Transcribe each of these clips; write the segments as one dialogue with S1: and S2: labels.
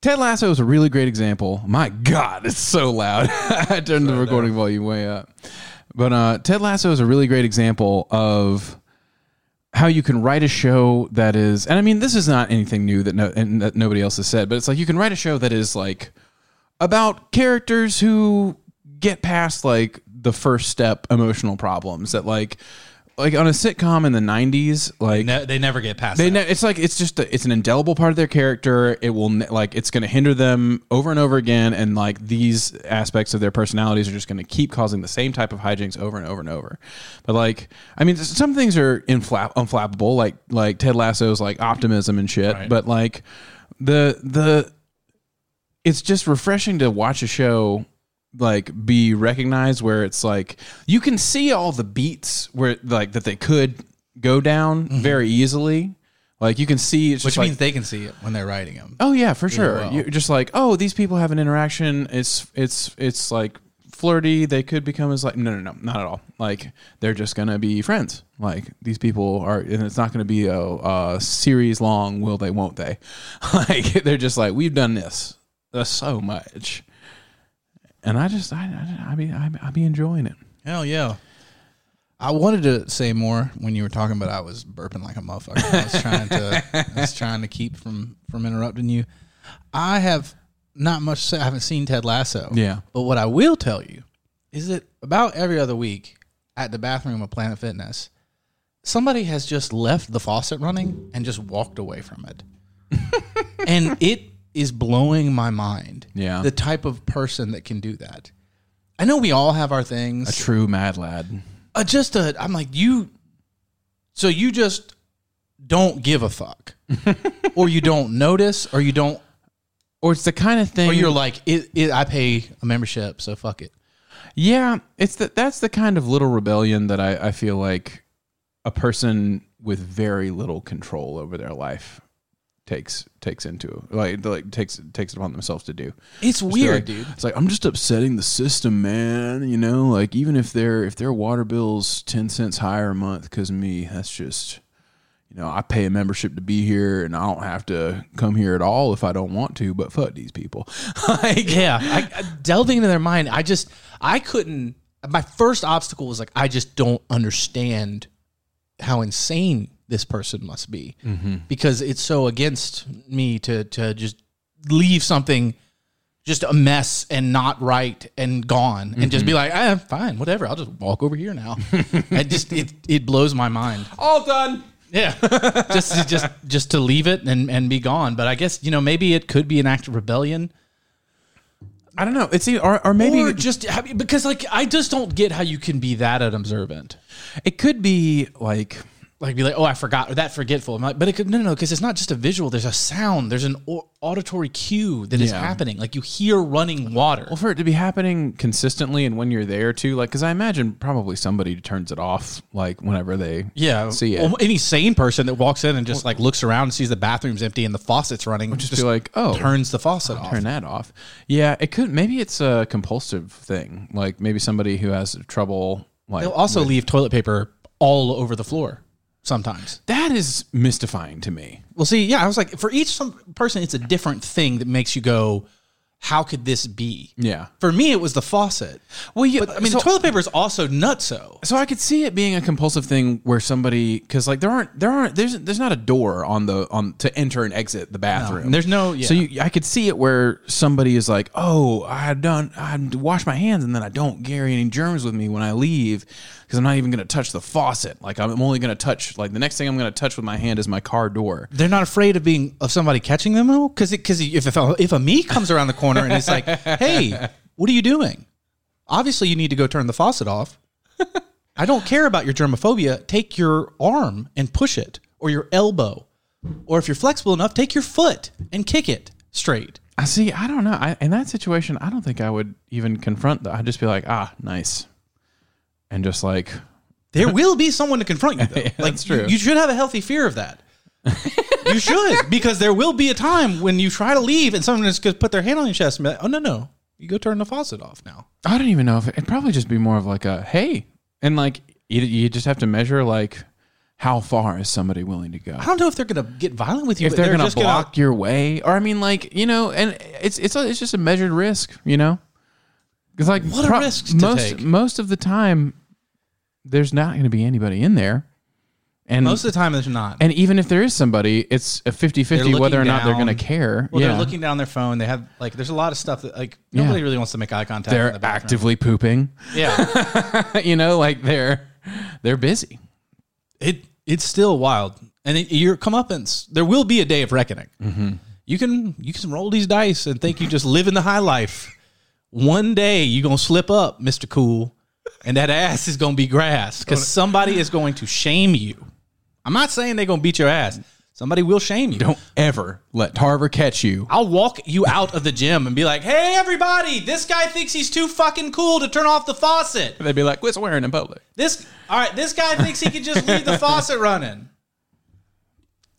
S1: Ted Lasso is a really great example. My God, it's so loud. I turned the recording volume way up. But uh, Ted Lasso is a really great example of how you can write a show that is, and I mean, this is not anything new that no, and that nobody else has said, but it's like you can write a show that is like about characters who get past like the first step emotional problems that like like on a sitcom in the 90s like
S2: Ne- they never get past.
S1: they
S2: that.
S1: ne- it's like it's just a, it's an indelible part of their character. It will ne- like it's going to hinder them over and over again, and like these aspects of their personalities are just going to keep causing the same type of hijinks over and over and over. But like, I mean, s- some things are infla- unflappable, like like Ted Lasso's like optimism and shit.
S2: Right.
S1: But like the the it's just refreshing to watch a show like be recognized where it's like you can see all the beats where like that they could go down very easily like you can see it's
S2: Mm-hmm. which
S1: just like,
S2: means they can see it when they're writing them.
S1: oh yeah for sure
S2: well.
S1: you're just like oh these people have an interaction it's it's it's like flirty they could become as like no no no not at all like they're just gonna be friends like these people are and it's not gonna be a, a series long will they won't they like they're just like we've done this uh, so much and i just i i, I be I, I be enjoying it
S2: Hell yeah. I wanted to say more when you were talking, but I was burping like a motherfucker. I was trying to, I was trying to keep from from interrupting you. I have not much. to say. I haven't seen Ted Lasso.
S1: Yeah.
S2: But what I will tell you is that about every other week at the bathroom of Planet Fitness, somebody has just left the faucet running and just walked away from it, and it is blowing my mind.
S1: Yeah.
S2: The type of person that can do that. I know we all have our things
S1: a true mad lad
S2: uh, just a I'm like you so you just don't give a fuck or you don't notice or you don't
S1: or it's the kind of thing
S2: or you're like it, it I pay a membership so fuck it
S1: Yeah, it's that. That's the kind of little rebellion that I, I feel like a person with very little control over their life takes takes into like like takes takes it upon themselves to do.
S2: it's
S1: Just be
S2: weird
S1: like-
S2: dude
S1: It's like I'm just upsetting the system, man. You know, like even if their if their water bills ten cents higher a month because me, that's just you know I pay a membership to be here, and I don't have to come here at all if I don't want to. But fuck these people. like,
S2: yeah I, I- delving into their mind I just I couldn't my first obstacle was like I just don't understand how insane this person must be because it's so against me to to just leave something just a mess and not right and gone and just be like I'm fine whatever I'll just walk over here now it just it it blows my mind
S1: all done.
S2: yeah just just just to leave it and and be gone but I guess you know maybe it could be an act of rebellion
S1: I don't know. It's either, or, or maybe
S2: or just because like I just don't get how you can be that unobservant
S1: It could be like
S2: like be like, oh, I forgot or that forgetful. I'm like, but it could, no, no, no, because it's not just a visual. There's a sound. There's an au- auditory cue that is
S1: Yeah.
S2: happening. Like you hear running water.
S1: well for it to be happening consistently and when you're there too. Like, because I imagine probably somebody turns it off like whenever they
S2: yeah,
S1: see it.
S2: Well, any sane person that walks in and just like looks around and sees the bathroom's empty and the faucet's running,
S1: just,
S2: just,
S1: be like oh
S2: turns the faucet off.
S1: turn that off. Yeah, it could maybe it's a compulsive thing. Like maybe somebody who has trouble like
S2: They'll also leave toilet paper all over the floor sometimes.
S1: that is mystifying to me.
S2: Well, see, yeah, I was like, for each some person, it's a different thing that makes you go, how could this be?
S1: Yeah.
S2: For me, it was the faucet.
S1: Well, yeah.
S2: But I mean, the toilet paper is also nutso.
S1: so I could see it being a compulsive thing where somebody because like there aren't there aren't there's there's not a door on the on to enter and exit the bathroom.
S2: there's no- yeah.
S1: So you, I could see it where somebody is like, oh, I done I wash my hands and then I don't carry any germs with me when I leave because I'm not even gonna touch the faucet. Like I'm only gonna touch like the next thing I'm gonna touch with my hand is my car door.
S2: they're not afraid of being of somebody catching them though because because if if a, if a me comes around the corner and it's like hey what are you doing obviously you need to go turn the faucet off i don't care about your germophobia take your arm and push it or your elbow or if you're flexible enough take your foot and kick it straight
S1: I see. I don't know. I, in that situation, I don't think I would even confront that. I'd just be like, ah, nice, and just like.
S2: there will be someone to confront you though. like
S1: that's true.
S2: You, you should have a healthy fear of that you should because there will be a time when you try to leave and someone is going to put their hand on your chest and be like oh no no you go turn the faucet off now
S1: I don't even know if it'd probably just be more of like a hey, and like you, you just have to measure like how far is somebody willing to go?
S2: I don't know if they're going to get violent with you.
S1: If
S2: but
S1: they're, gonna
S2: just gonna-
S1: block your way, or I mean, like you know, and it's it's a, it's just a measured risk, you know. Because like
S2: What a risk to
S1: most
S2: take.
S1: most of the time, there's not going to be anybody in there, and
S2: most of the time, there's not.
S1: and even if there is somebody, it's a 50-50
S2: looking
S1: whether or not they're
S2: down.
S1: going to care.
S2: well,
S1: yeah,
S2: they're looking down their phone. They have like there's a lot of stuff that like nobody really wants to make eye contact. in
S1: they're
S2: the bathroom.
S1: actively pooping.
S2: Yeah,
S1: you know, like they're they're busy.
S2: it it's still wild, and it, your comeuppance. There will be a day of reckoning.
S1: Mm-hmm.
S2: You can you can roll these dice and think you just live in the high life. One day you gonna slip up, Mister Cool, and that ass is gonna be grass because somebody is going to shame you. I'm not saying they're gonna beat your ass. Somebody will shame you.
S1: Don't ever let Tarver catch you.
S2: I'll walk you out of the gym and be like, "Hey, everybody! This guy thinks he's too fucking cool to turn off the faucet.
S1: They'd be like, "Quit swearing in public."
S2: This, all right, this guy thinks he can just leave the faucet running.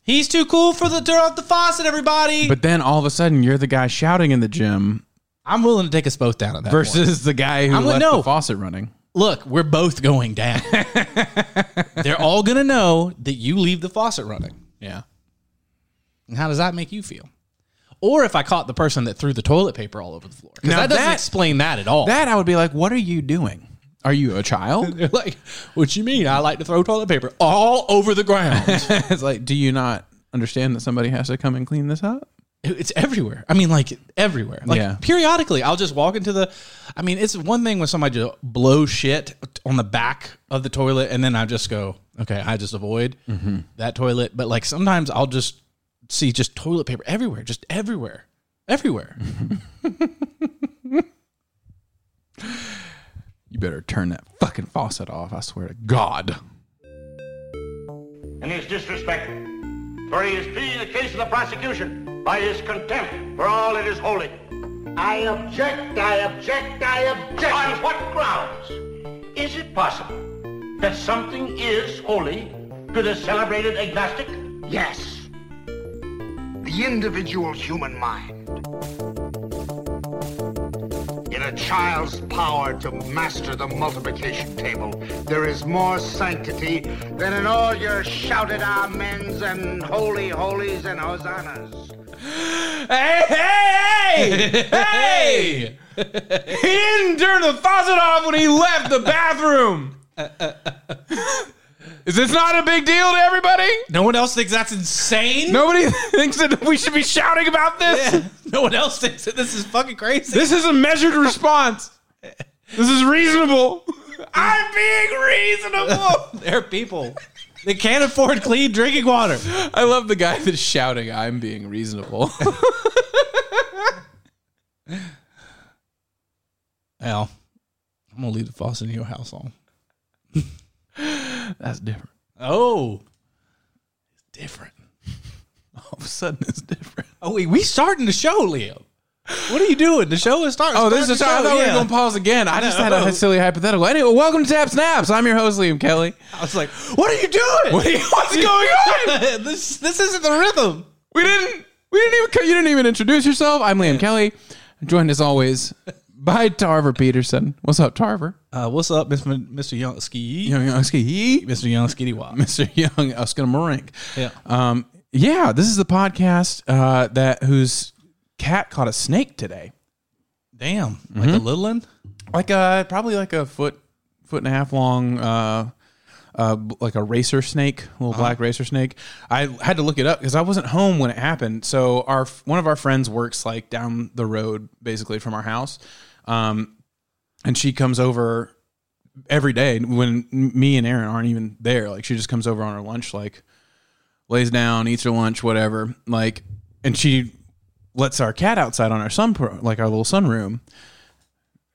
S2: He's too cool for the turn off the faucet, everybody.
S1: But then all of a sudden, you're the guy shouting in the gym
S2: I'm willing to take us both down at that. point.
S1: versus the guy who
S2: I'm like,
S1: left
S2: no.
S1: the faucet running.
S2: look, we're both going down. They're all gonna know that you leave the faucet running.
S1: Yeah.
S2: And how does that make you feel? Or if I caught the person that threw the toilet paper all over the floor, because
S1: Now
S2: that doesn't
S1: that-
S2: explain that at all.
S1: That I would be like, what are you doing? Are you a child?
S2: They're like, what you mean? I like to throw toilet paper all over the ground.
S1: it's like, do you not understand that somebody has to come and clean this up?
S2: it's everywhere. I mean, like everywhere. Like
S1: Yeah.
S2: periodically, I'll just walk into the. I mean, it's one thing when somebody just blows shit on the back of the toilet, and then I just go, okay, I just avoid
S1: Mm-hmm.
S2: that toilet. But like sometimes I'll just see just toilet paper everywhere, just everywhere, everywhere.
S1: You better turn that fucking faucet off. I swear to God.
S3: and his disrespect. For he is pleading the case of the prosecution by his contempt for all that is holy. I object, I object, I object. On what grounds? Is it possible that something is holy to the celebrated agnostic?
S4: Yes. The individual human mind. In a child's power to master the multiplication table, there is more sanctity than in all your shouted amens and holy holies and hosannas.
S1: Hey, hey, hey! hey! he didn't turn the faucet off when he left the bathroom. Is this not a big deal to everybody?
S2: No one else thinks that's insane.
S1: Nobody thinks that we should be shouting about this.
S2: no one else thinks that this is fucking crazy.
S1: This is a measured response. This is reasonable. I'm being reasonable.
S2: there are people that can't afford clean drinking water.
S1: I love the guy that's shouting, I'm being reasonable.
S2: Al, I'm gonna leave the faucet in your house on.
S1: that's different.
S2: Oh, it's different.
S1: All of a sudden, it's different.
S2: Oh, wait, we starting the show, Liam. What are you doing? The show is starting.
S1: Oh, this is. I
S2: Start the
S1: thought we were
S2: show,
S1: going to
S2: yeah.
S1: pause again. I just had
S2: No.
S1: a silly hypothetical. Anyway, welcome to Tap Snaps. I'm your host, Liam Kelly.
S2: I was like, "What are you doing?
S1: What are you- what's going on?
S2: this this isn't the rhythm."
S1: We didn't. We didn't even. co- You didn't even introduce yourself. I'm Liam Kelly. Joined as always by Tarver Peterson. What's up, Tarver?
S2: Uh, what's up, Miss- Mr. Young Ski?
S1: Young Young Ski.
S2: Mr. Young Skitty Wop. Uh,
S1: Mr. Young Uskinamarink.
S2: Yeah.
S1: Um, yeah, this is the podcast uh, that whose cat caught a snake today.
S2: Damn, like a little one.
S1: Like a probably like a foot foot and a half long uh uh, b- like a racer snake, little black racer snake. I had to look it up because I wasn't home when it happened. So our f- one of our friends works like down the road, basically from our house, um, and she comes over every day when m- me and Aaron aren't even there. Like she just comes over on her lunch, like lays down, eats her lunch, whatever. Like, and she lets our cat outside on our sun, pro- like our little sunroom,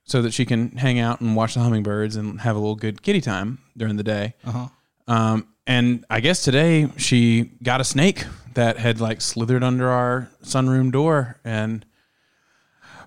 S1: so that she can hang out and watch the hummingbirds and have a little good kitty time during the day.
S2: Uh-huh.
S1: Um, and I guess today she got a snake that had like slithered under our sunroom door and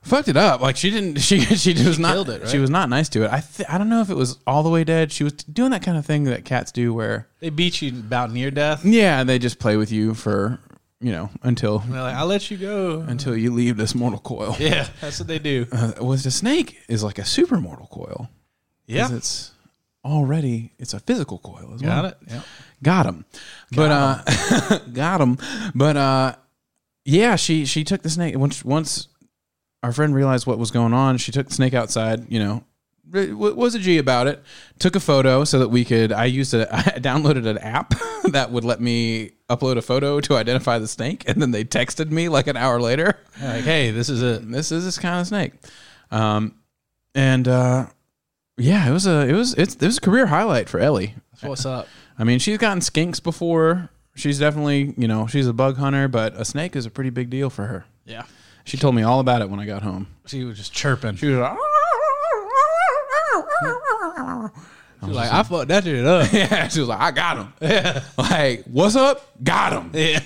S1: fucked it up. Like she didn't, she she was not,
S2: killed it, right?
S1: she was not nice to it. I th- I don't know if it was all the way dead. She was doing that kind of thing that cats do, where
S2: They beat you about near death.
S1: yeah, they just play with you for you know until
S2: They're like, "I'll let you go."
S1: until you leave this mortal coil.
S2: Yeah, that's what they do.
S1: Uh, with a snake is like a super mortal coil. 'Cause
S2: Yeah,
S1: it's already it's a physical coil as well.
S2: Got it? Yeah.
S1: Got him. but uh got him. But uh yeah, she she took the snake once once our friend realized what was going on, she took the snake outside, you know. re- w- Was a G about it? Took a photo so that we could. I used a. I downloaded an app that would let me upload a photo to identify the snake, and then they texted me like an hour later.
S2: Like, hey, this is a
S1: This is this kind of snake, um, and uh, yeah, it was a. It was it's it was a career highlight for Ellie.
S2: what's up.
S1: I mean, she's gotten skinks before. She's definitely, you know, she's a bug hunter, but a snake is a pretty big deal for her.
S2: Yeah.
S1: She told me all about it when I got home.
S2: She was just chirping. She
S1: She was like,
S2: was like, I fucked that shit up.
S1: yeah, she was like, I got him. Like, what's up? Got him.
S2: yeah.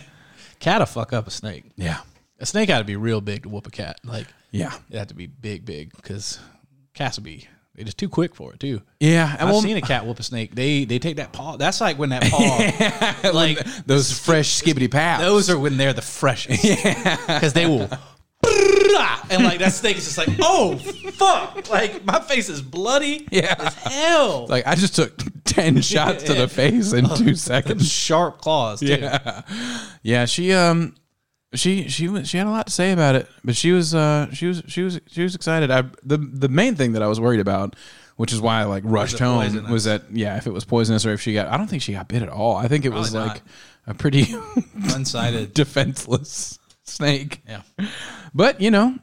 S2: Cat'll fuck up a snake.
S1: Yeah.
S2: A snake had to be real big to whoop a cat. Like
S1: Yeah.
S2: it had to be big, big, because cats would be they just too quick for it too.
S1: Yeah.
S2: I've
S1: well,
S2: seen a cat whoop a snake. They they take that paw. That's like when that paw, like
S1: those fresh skibbity paps.
S2: those are when they're the freshest. because they will. And like that snake is just like, oh fuck! Like my face is bloody
S1: Yeah.
S2: as hell.
S1: like, I just took 10 shots to the face in two seconds.
S2: sharp claws. Too.
S1: yeah yeah she um she she was she had a lot to say about it but she was uh she was she was she was excited i the the main thing that i was worried about which is why i like rushed
S2: it
S1: home
S2: poisonous?
S1: was that yeah if it was poisonous or if she got i don't think she got bit at all i think it was
S2: Probably
S1: like a pretty
S2: one sided.
S1: defenseless snake
S2: Yeah,
S1: but you know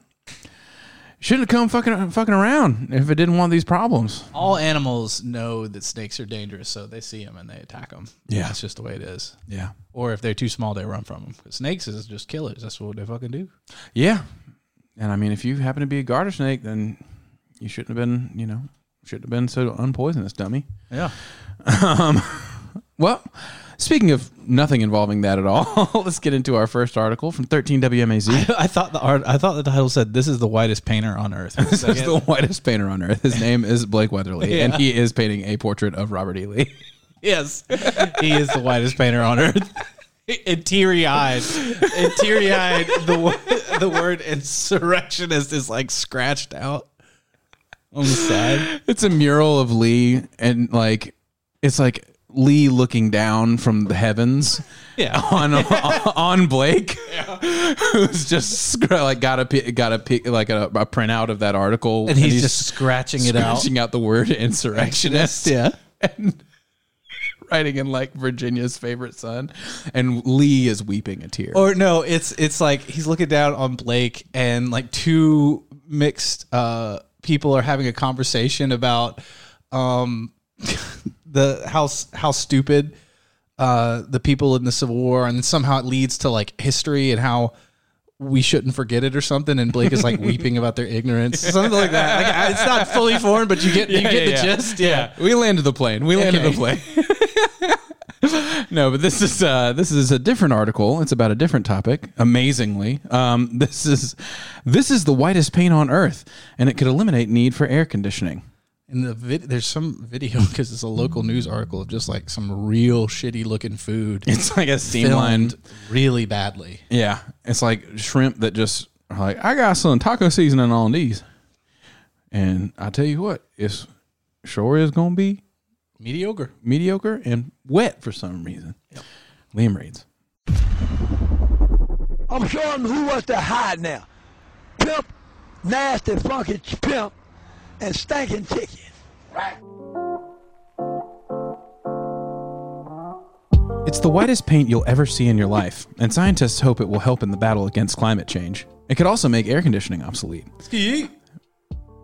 S1: shouldn't have come fucking fucking around if it didn't want these problems
S2: all animals know that snakes are dangerous, so they see them and they attack them.
S1: Yeah.
S2: that's just the way it is.
S1: yeah
S2: Or if they're too small, they run from them. snakes is just killers. That's what they fucking do.
S1: Yeah. And I mean, if you happen to be a garter snake, then you shouldn't have been, you know, shouldn't have been so unpoisonous, dummy.
S2: Yeah.
S1: Well, speaking of nothing involving that at all, let's get into our first article from 13WMAZ.
S2: I thought the art. I thought the title said, "This is the whitest painter on earth."
S1: This is the whitest painter on earth. His name is Blake Weatherly,
S2: Yeah.
S1: and he is painting a portrait of Robert E. Lee.
S2: Yes, he is the whitest painter on earth. And teary eyed, and teary eyed, the wo- the word insurrectionist is like scratched out on the side.
S1: It's a mural of Lee, and like, it's like Lee looking down from the heavens.
S2: Yeah,
S1: on on Blake, who's just scr- like got a pi- got a pi- like a, a printout of that article,
S2: and he's, just scratching it out.
S1: scratching out the word insurrectionist,
S2: Yeah,
S1: and writing in like Virginia's favorite son, and Lee is weeping a tear.
S2: or no, it's it's like he's looking down on Blake, and like two mixed uh, people are having a conversation about um, the how s- how stupid uh, the people in the Civil War, and somehow it leads to like history and how we shouldn't forget it or something. And Blake is like weeping about their ignorance, something like that. Like I- it's not fully formed, but you get you
S1: Yeah,
S2: get
S1: yeah,
S2: the
S1: yeah.
S2: gist. Yeah.
S1: We landed the plane. We landed
S2: Okay.
S1: the plane. no, but this is uh, this is a different article. It's about a different topic. Amazingly, um, this is this is the whitest paint on earth, and it could eliminate need for air conditioning.
S2: In the vid- there's some video because it's a local news article of just like some real shitty looking food.
S1: It's like a
S2: filmed
S1: streamlined.
S2: really badly.
S1: Yeah, it's like shrimp that just are like I got some taco seasoning on these, and I tell you what, it's sure is gonna be
S2: Mediocre.
S1: mediocre and wet for some reason. Liam reads.
S5: I'm showing who was to hide now. Pimp, nasty, funky ch- pimp, and stinking chicken.
S1: It's the whitest paint you'll ever see in your life, and scientists hope it will help in the battle against climate change. It could also make air conditioning obsolete.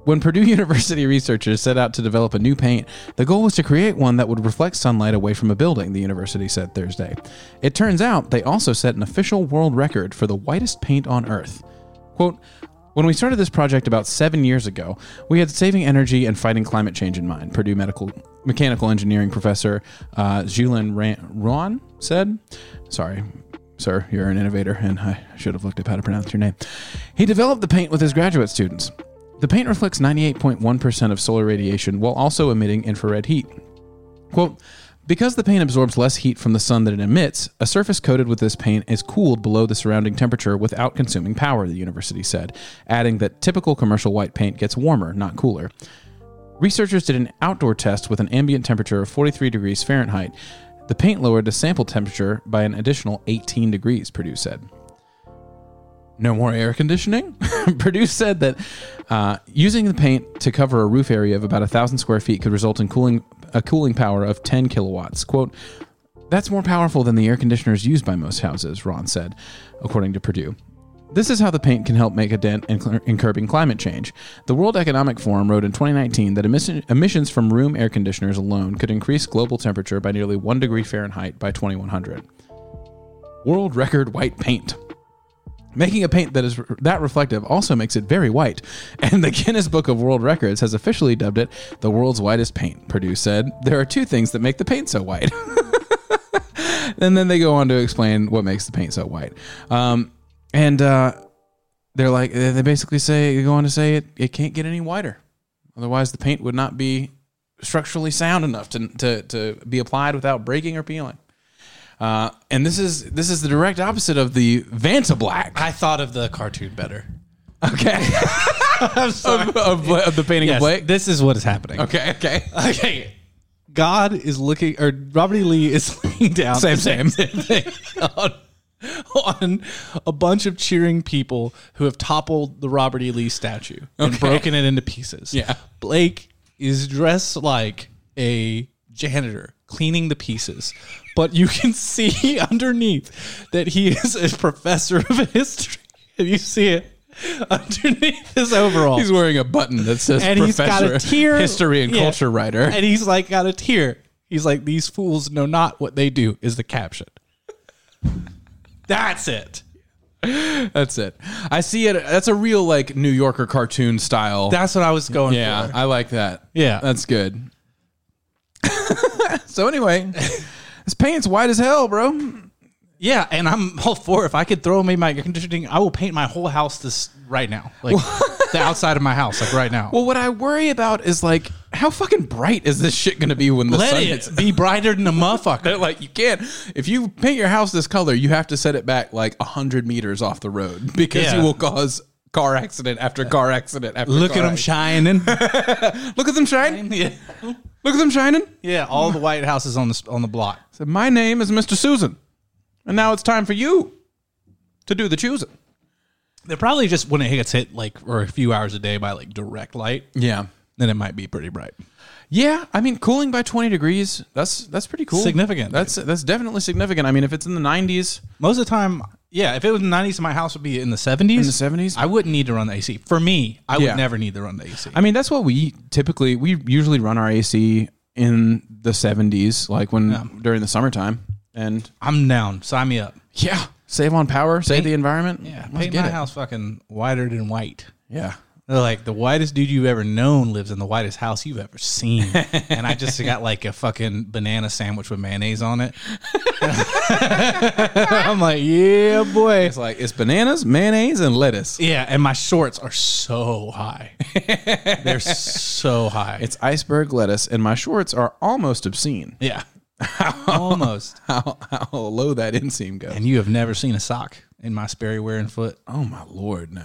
S1: When Purdue University researchers set out to develop a new paint, the goal was to create one that would reflect sunlight away from a building, the university said Thursday. It turns out they also set an official world record for the whitest paint on Earth. Quote, when we started this project about seven years ago, we had saving energy and fighting climate change in mind, Purdue Medical Mechanical Engineering professor uh, Julian Ran- Ron said. Sorry, sir, you're an innovator, and I should have looked up how to pronounce your name. He developed the paint with his graduate students. The paint reflects 98.1% of solar radiation while also emitting infrared heat. Quote, because the paint absorbs less heat from the sun than it emits, a surface coated with this paint is cooled below the surrounding temperature without consuming power, the university said, adding that typical commercial white paint gets warmer, not cooler. Researchers did an outdoor test with an ambient temperature of 43 degrees Fahrenheit. The paint lowered the sample temperature by an additional 18 degrees, Purdue said. No more air conditioning? Purdue said that uh, using the paint to cover a roof area of about 1,000 square feet could result in cooling a cooling power of 10 kilowatts. Quote, that's more powerful than the air conditioners used by most houses, Ron said, according to Purdue. This is how the paint can help make a dent in, cl- in curbing climate change. The World Economic Forum wrote in 2019 that emission, emissions from room air conditioners alone could increase global temperature by nearly 1 degree Fahrenheit by 2100. World record white paint. Making a paint that is that reflective also makes it very white, and the Guinness Book of World Records has officially dubbed it the world's whitest paint. Purdue said there are two things that make the paint so white. and then they go on to explain what makes the paint so white. Um, and uh, they're like they basically say they go on to say it it can't get any whiter, otherwise the paint would not be structurally sound enough to to, to be applied without breaking or peeling. Uh, and this is this is the direct opposite of the Vantablack.
S2: I thought of the cartoon better.
S1: Okay.
S2: I'm sorry.
S1: of, of, Bla- of the painting
S2: Yes,
S1: of Blake.
S2: this is what is happening.
S1: Okay, okay.
S2: Okay. God is looking, or Robert E. Lee is laying down.
S1: Same, same.
S2: thing on, on a bunch of cheering people who have toppled the Robert E. Lee statue and
S1: Okay.
S2: broken it into pieces.
S1: Yeah.
S2: Blake is dressed like a janitor cleaning the pieces. But you can see underneath that he is a professor of history. If you see it underneath his overall
S1: He's wearing a button that says
S2: and he's got
S1: Professor
S2: a tear.
S1: History and
S2: Yeah.
S1: Culture Writer.
S2: And he's like got a tear. He's like, these fools know not what they do is the caption. That's it.
S1: That's it. I see it. That's a real like New Yorker cartoon style.
S2: That's what I was going
S1: yeah,
S2: for.
S1: I like that.
S2: Yeah.
S1: that's good. so anyway, this paint's white as hell, bro.
S2: Yeah, and I'm all for it. if I could throw away my air conditioning, I will paint my whole house this right now. Like the outside of my house, like right now.
S1: Well, what I worry about is like how fucking bright is this shit going to be when the
S2: Let
S1: sun
S2: it
S1: hits?
S2: be brighter than a motherfucker.
S1: They're like, you can't. If you paint your house this color, you have to set it back like 100 meters off the road because
S2: Yeah.
S1: you will cause car accident after car accident after
S2: Look at
S1: car
S2: them
S1: accident.
S2: shining.
S1: Look at them shine.
S2: yeah.
S1: Look at them shining.
S2: yeah, all the White Houses on the on the block.
S1: So my name is Mr. Susan. And now it's time for you to do the choosing.
S2: They're probably just when it gets hit like or a few hours a day by like direct light,
S1: Yeah.
S2: then it might be pretty bright.
S1: Yeah, I mean, cooling by 20 degrees, that's that's pretty cool.
S2: Significant.
S1: That's that's definitely significant. I mean, if it's in the 90s,
S2: Most of the time, yeah. If it was in the nineties, my house would be in the seventies. In
S1: the 70s?
S2: I wouldn't need to run the AC. For me, I
S1: Yeah.
S2: would never need to run the AC.
S1: I mean, that's what we typically we usually run our AC in the 70s like when during the summertime and
S2: I'm down. Sign me up.
S1: Yeah. Save on power, save the environment.
S2: Yeah,
S1: Let's
S2: paint
S1: get
S2: my
S1: it.
S2: house fucking whiter than white.
S1: Yeah.
S2: They're like the whitest dude you've ever known lives in the whitest house you've ever seen, and I just got like a fucking banana sandwich with mayonnaise on it. I'm like, yeah, boy.
S1: It's like it's bananas, mayonnaise, and lettuce.
S2: Yeah, and my shorts are so high. They're so high.
S1: It's iceberg lettuce, and my shorts are almost obscene.
S2: yeah, almost.
S1: How, how low that inseam goes.
S2: and you have never seen a sock in my Sperry wearing foot.
S1: oh my lord, no.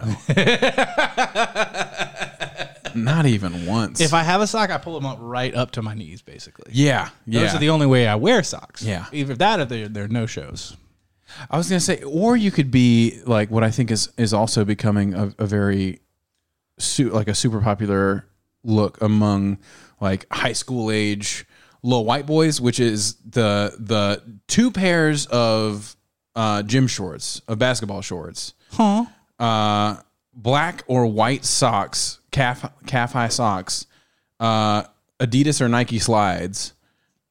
S1: Not even once.
S2: If I have a sock, I pull them up right up to my knees, basically.
S1: yeah, yeah.
S2: Those are the only way I wear socks.
S1: Yeah.
S2: Either that or they're, they're no shows.
S1: I was gonna say, or you could be like what I think is is also becoming a, a very, su- like a super popular look among like high school age little white boys, which is the the two pairs of uh, gym shorts of basketball shorts,
S2: Huh.
S1: uh, black or white socks, calf calf high socks, uh, Adidas or Nike slides,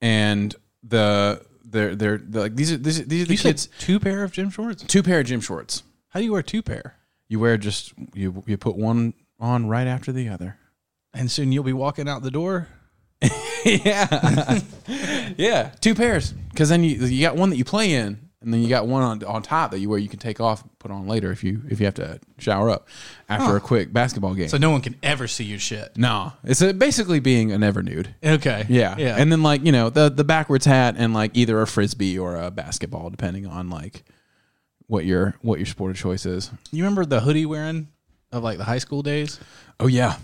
S1: and the. They're, they're, they're like these are these are, these are the
S2: You
S1: kids
S2: said two pair of gym shorts?
S1: two pair of gym shorts.
S2: How do you wear two pair?
S1: You wear just you you put one on right after the other.
S2: And soon you'll be walking out the door.
S1: yeah, yeah, two pairs. Because then you you got one that you play in, and then you got one on on top that you wear you can take off, put on later if you if you have to shower up after a quick basketball game.
S2: So no one can ever see your shit.
S1: no, it's uh basically being a never nude.
S2: Okay.
S1: Yeah.
S2: Yeah.
S1: And then like, you know, the the backwards hat and like either a frisbee or a basketball depending on like what your what your sport of choice is.
S2: you remember the hoodie wearing of like the high school days?
S1: Oh yeah.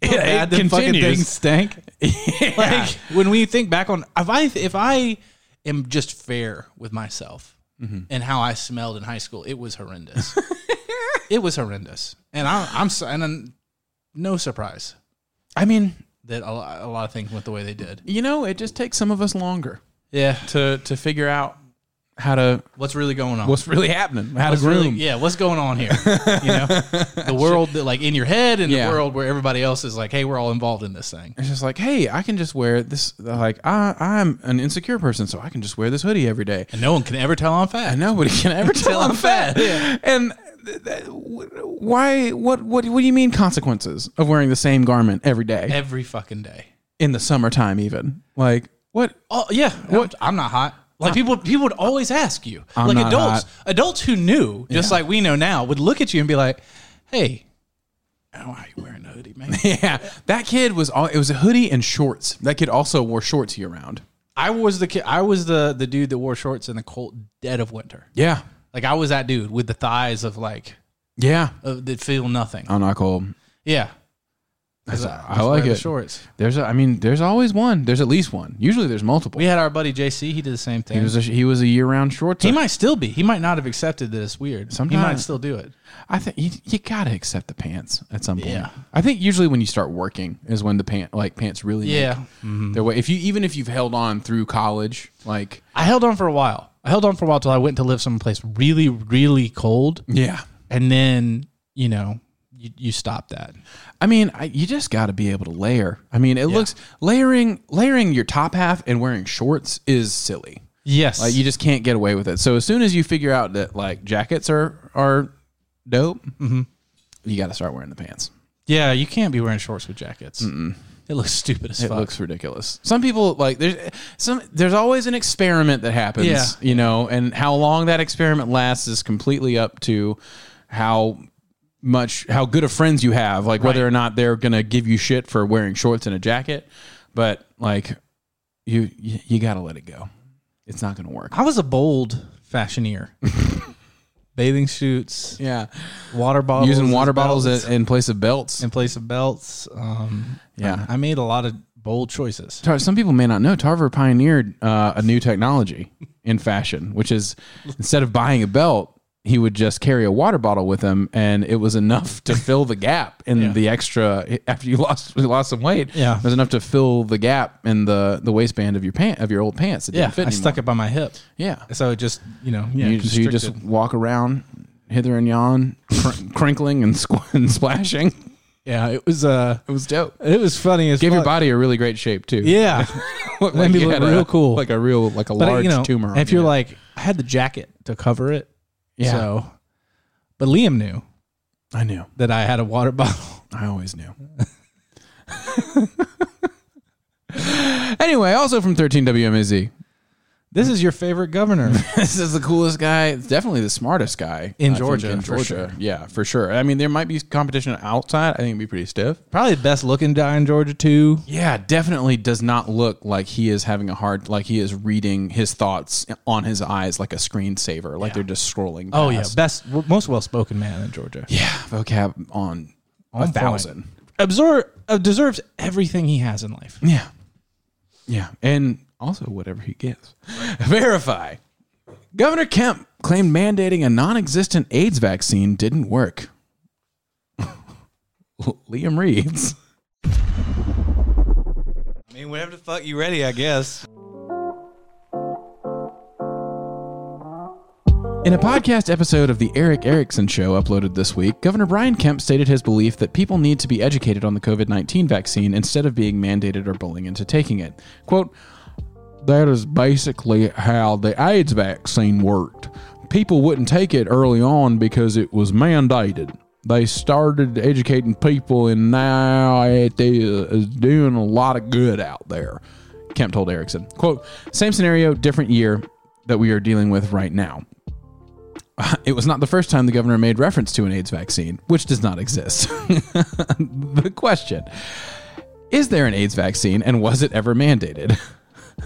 S1: It,
S2: bad that fucking thing
S1: stank.
S2: Like when we think back on if I if I am just fair with myself and how I smelled in high school, it was horrendous. it was horrendous, and I, I'm so- and I'm, no surprise
S1: I mean,
S2: that a lot, a lot of things went the way they did.
S1: you know, it just takes some of us longer
S2: Yeah,
S1: to to figure out how to
S2: what's really going on?
S1: what's really happening, how
S2: What's
S1: to groom.
S2: really- yeah, what's going on here? You know, the world that like in your head and
S1: Yeah.
S2: the world where everybody else is like, hey, we're all involved in this thing.
S1: It's just like, hey, I can just wear this. Like, I I'm an insecure person, so I can just wear this hoodie every day.
S2: And no one can ever tell I'm fat.
S1: And nobody can ever tell I'm fat. And th- th- wh- why? What? What? What do you mean consequences of wearing the same garment every day
S2: Every fucking day.
S1: in the summertime? Even like what?
S2: Oh yeah,
S1: What-
S2: I'm not hot. Like people, people would always ask you,
S1: I'm
S2: like
S1: not
S2: adults,
S1: hot.
S2: adults who knew, just
S1: Yeah.
S2: like we know now, would look at you and be like, "Hey, why are you wearing a hoodie, man?"
S1: Yeah, that kid was all. It was a hoodie and shorts. That kid also wore shorts year round.
S2: I was the kid, I was the the dude that wore shorts in the cold dead of winter.
S1: Yeah,
S2: Like I was that dude with the thighs of like
S1: yeah.
S2: of, that feel nothing.
S1: I'm not cold.
S2: yeah,
S1: I
S2: Just
S1: like
S2: wear the
S1: it.
S2: Shorts.
S1: There's, a, I mean, there's always one. There's at least one. Usually, there's multiple.
S2: We had our buddy JC. He did the same thing.
S1: He was a, he was a year round shorts.
S2: he might still be. He might not have accepted that it's weird. Sometimes he might
S1: Sometimes-
S2: still do it.
S1: I think you, you gotta accept the pants at some point.
S2: Yeah.
S1: I think usually when you start working is when the pant like pants really make
S2: Yeah.
S1: their way. If you even if you've held on through college, like
S2: I held on for a while. I held on for a while till I went to live someplace really, really cold,
S1: yeah,
S2: and then you know you, you stop that.
S1: I mean I, you just gotta be able to layer. I mean it looks layering layering your top half and wearing shorts is silly.
S2: Yes,
S1: Like you just can't get away with it. So as soon as you figure out that like jackets are are dope,
S2: Mm-hmm.
S1: you gotta start wearing the pants.
S2: yeah, you can't be wearing shorts with jackets. It looks stupid as
S1: It
S2: fuck.
S1: looks ridiculous. Some people like there's some there's always an experiment that happens,
S2: Yeah.
S1: you know, and how long that experiment lasts is completely up to how much how good of friends you have, like whether or not they're gonna give you shit for wearing shorts and a jacket. But like you you, you gotta let it go. It's not gonna work.
S2: I was a bold fashioneer. Bathing suits,
S1: Yeah,
S2: water bottles,
S1: using water
S2: as
S1: bottles
S2: belts,
S1: in, in place of belts.
S2: in place of belts. Um,
S1: Yeah.
S2: I made a lot of bold choices.
S1: Tar- some people may not know Tarver pioneered uh, a new technology in fashion, which is instead of buying a belt, he would just carry a water bottle with him, and it was enough to fill the gap in
S2: Yeah.
S1: the extra after you lost you lost some weight.
S2: Yeah.
S1: it was enough to fill the gap in the the waistband of your pant of your old pants. That
S2: Yeah,
S1: didn't fit
S2: I stuck it by my hip,
S1: Yeah,
S2: so it just you know yeah,
S1: you, so you just
S2: constricted.
S1: walk around hither and yon, cr- crinkling and, squ- and splashing.
S2: yeah it was uh
S1: It was dope.
S2: it was funny as
S1: Gave your
S2: fuck.
S1: body a really great shape too.
S2: yeah.
S1: Like
S2: Made me
S1: you
S2: look
S1: had a-
S2: real cool.
S1: Like a real like a
S2: but
S1: large
S2: you know,
S1: tumor. on
S2: If you're
S1: your-
S2: like, I had the jacket to cover it.
S1: Yeah.
S2: So, but Liam knew
S1: I knew.
S2: that I had a water bottle.
S1: I always knew. anyway, also from 13 WMAZ.
S2: This is your favorite governor.
S1: This is the coolest guy. It's definitely the smartest guy
S2: In
S1: I think,
S2: Georgia,
S1: in
S2: for
S1: Georgia,
S2: sure.
S1: yeah, for sure. I mean, there might be competition outside. I think it'd be pretty stiff.
S2: Probably the best looking guy in Georgia too.
S1: Yeah, definitely does not look like he is having a hard. Like he is reading his thoughts on his eyes like a screensaver. Like they're just scrolling.
S2: Oh yeah,
S1: past.
S2: best most well spoken man in Georgia.
S1: yeah. Vocab on,
S2: On
S1: a
S2: point.
S1: thousand.
S2: Absorb uh, deserves everything he has in life.
S1: Yeah. Yeah. And also whatever he gets. Verify. Governor Kemp claimed mandating a non existent AIDS vaccine didn't work. Liam reads.
S6: I mean, whenever the fuck you ready, I guess.
S1: In a podcast episode of the Eric Erickson Show uploaded this week, Governor Brian Kemp stated his belief that people need to be educated on the COVID 19 vaccine instead of being mandated or bullied into taking it. Quote, That is basically how the AIDS vaccine worked. People wouldn't take it early on because it was mandated. They started educating people, and now it is doing a lot of good out there. Kemp told Erickson, quote, same scenario, different year that we are dealing with right now. It was not the first time the governor made reference to an AIDS vaccine, which does not exist. the question Is there an AIDS vaccine and was it ever mandated?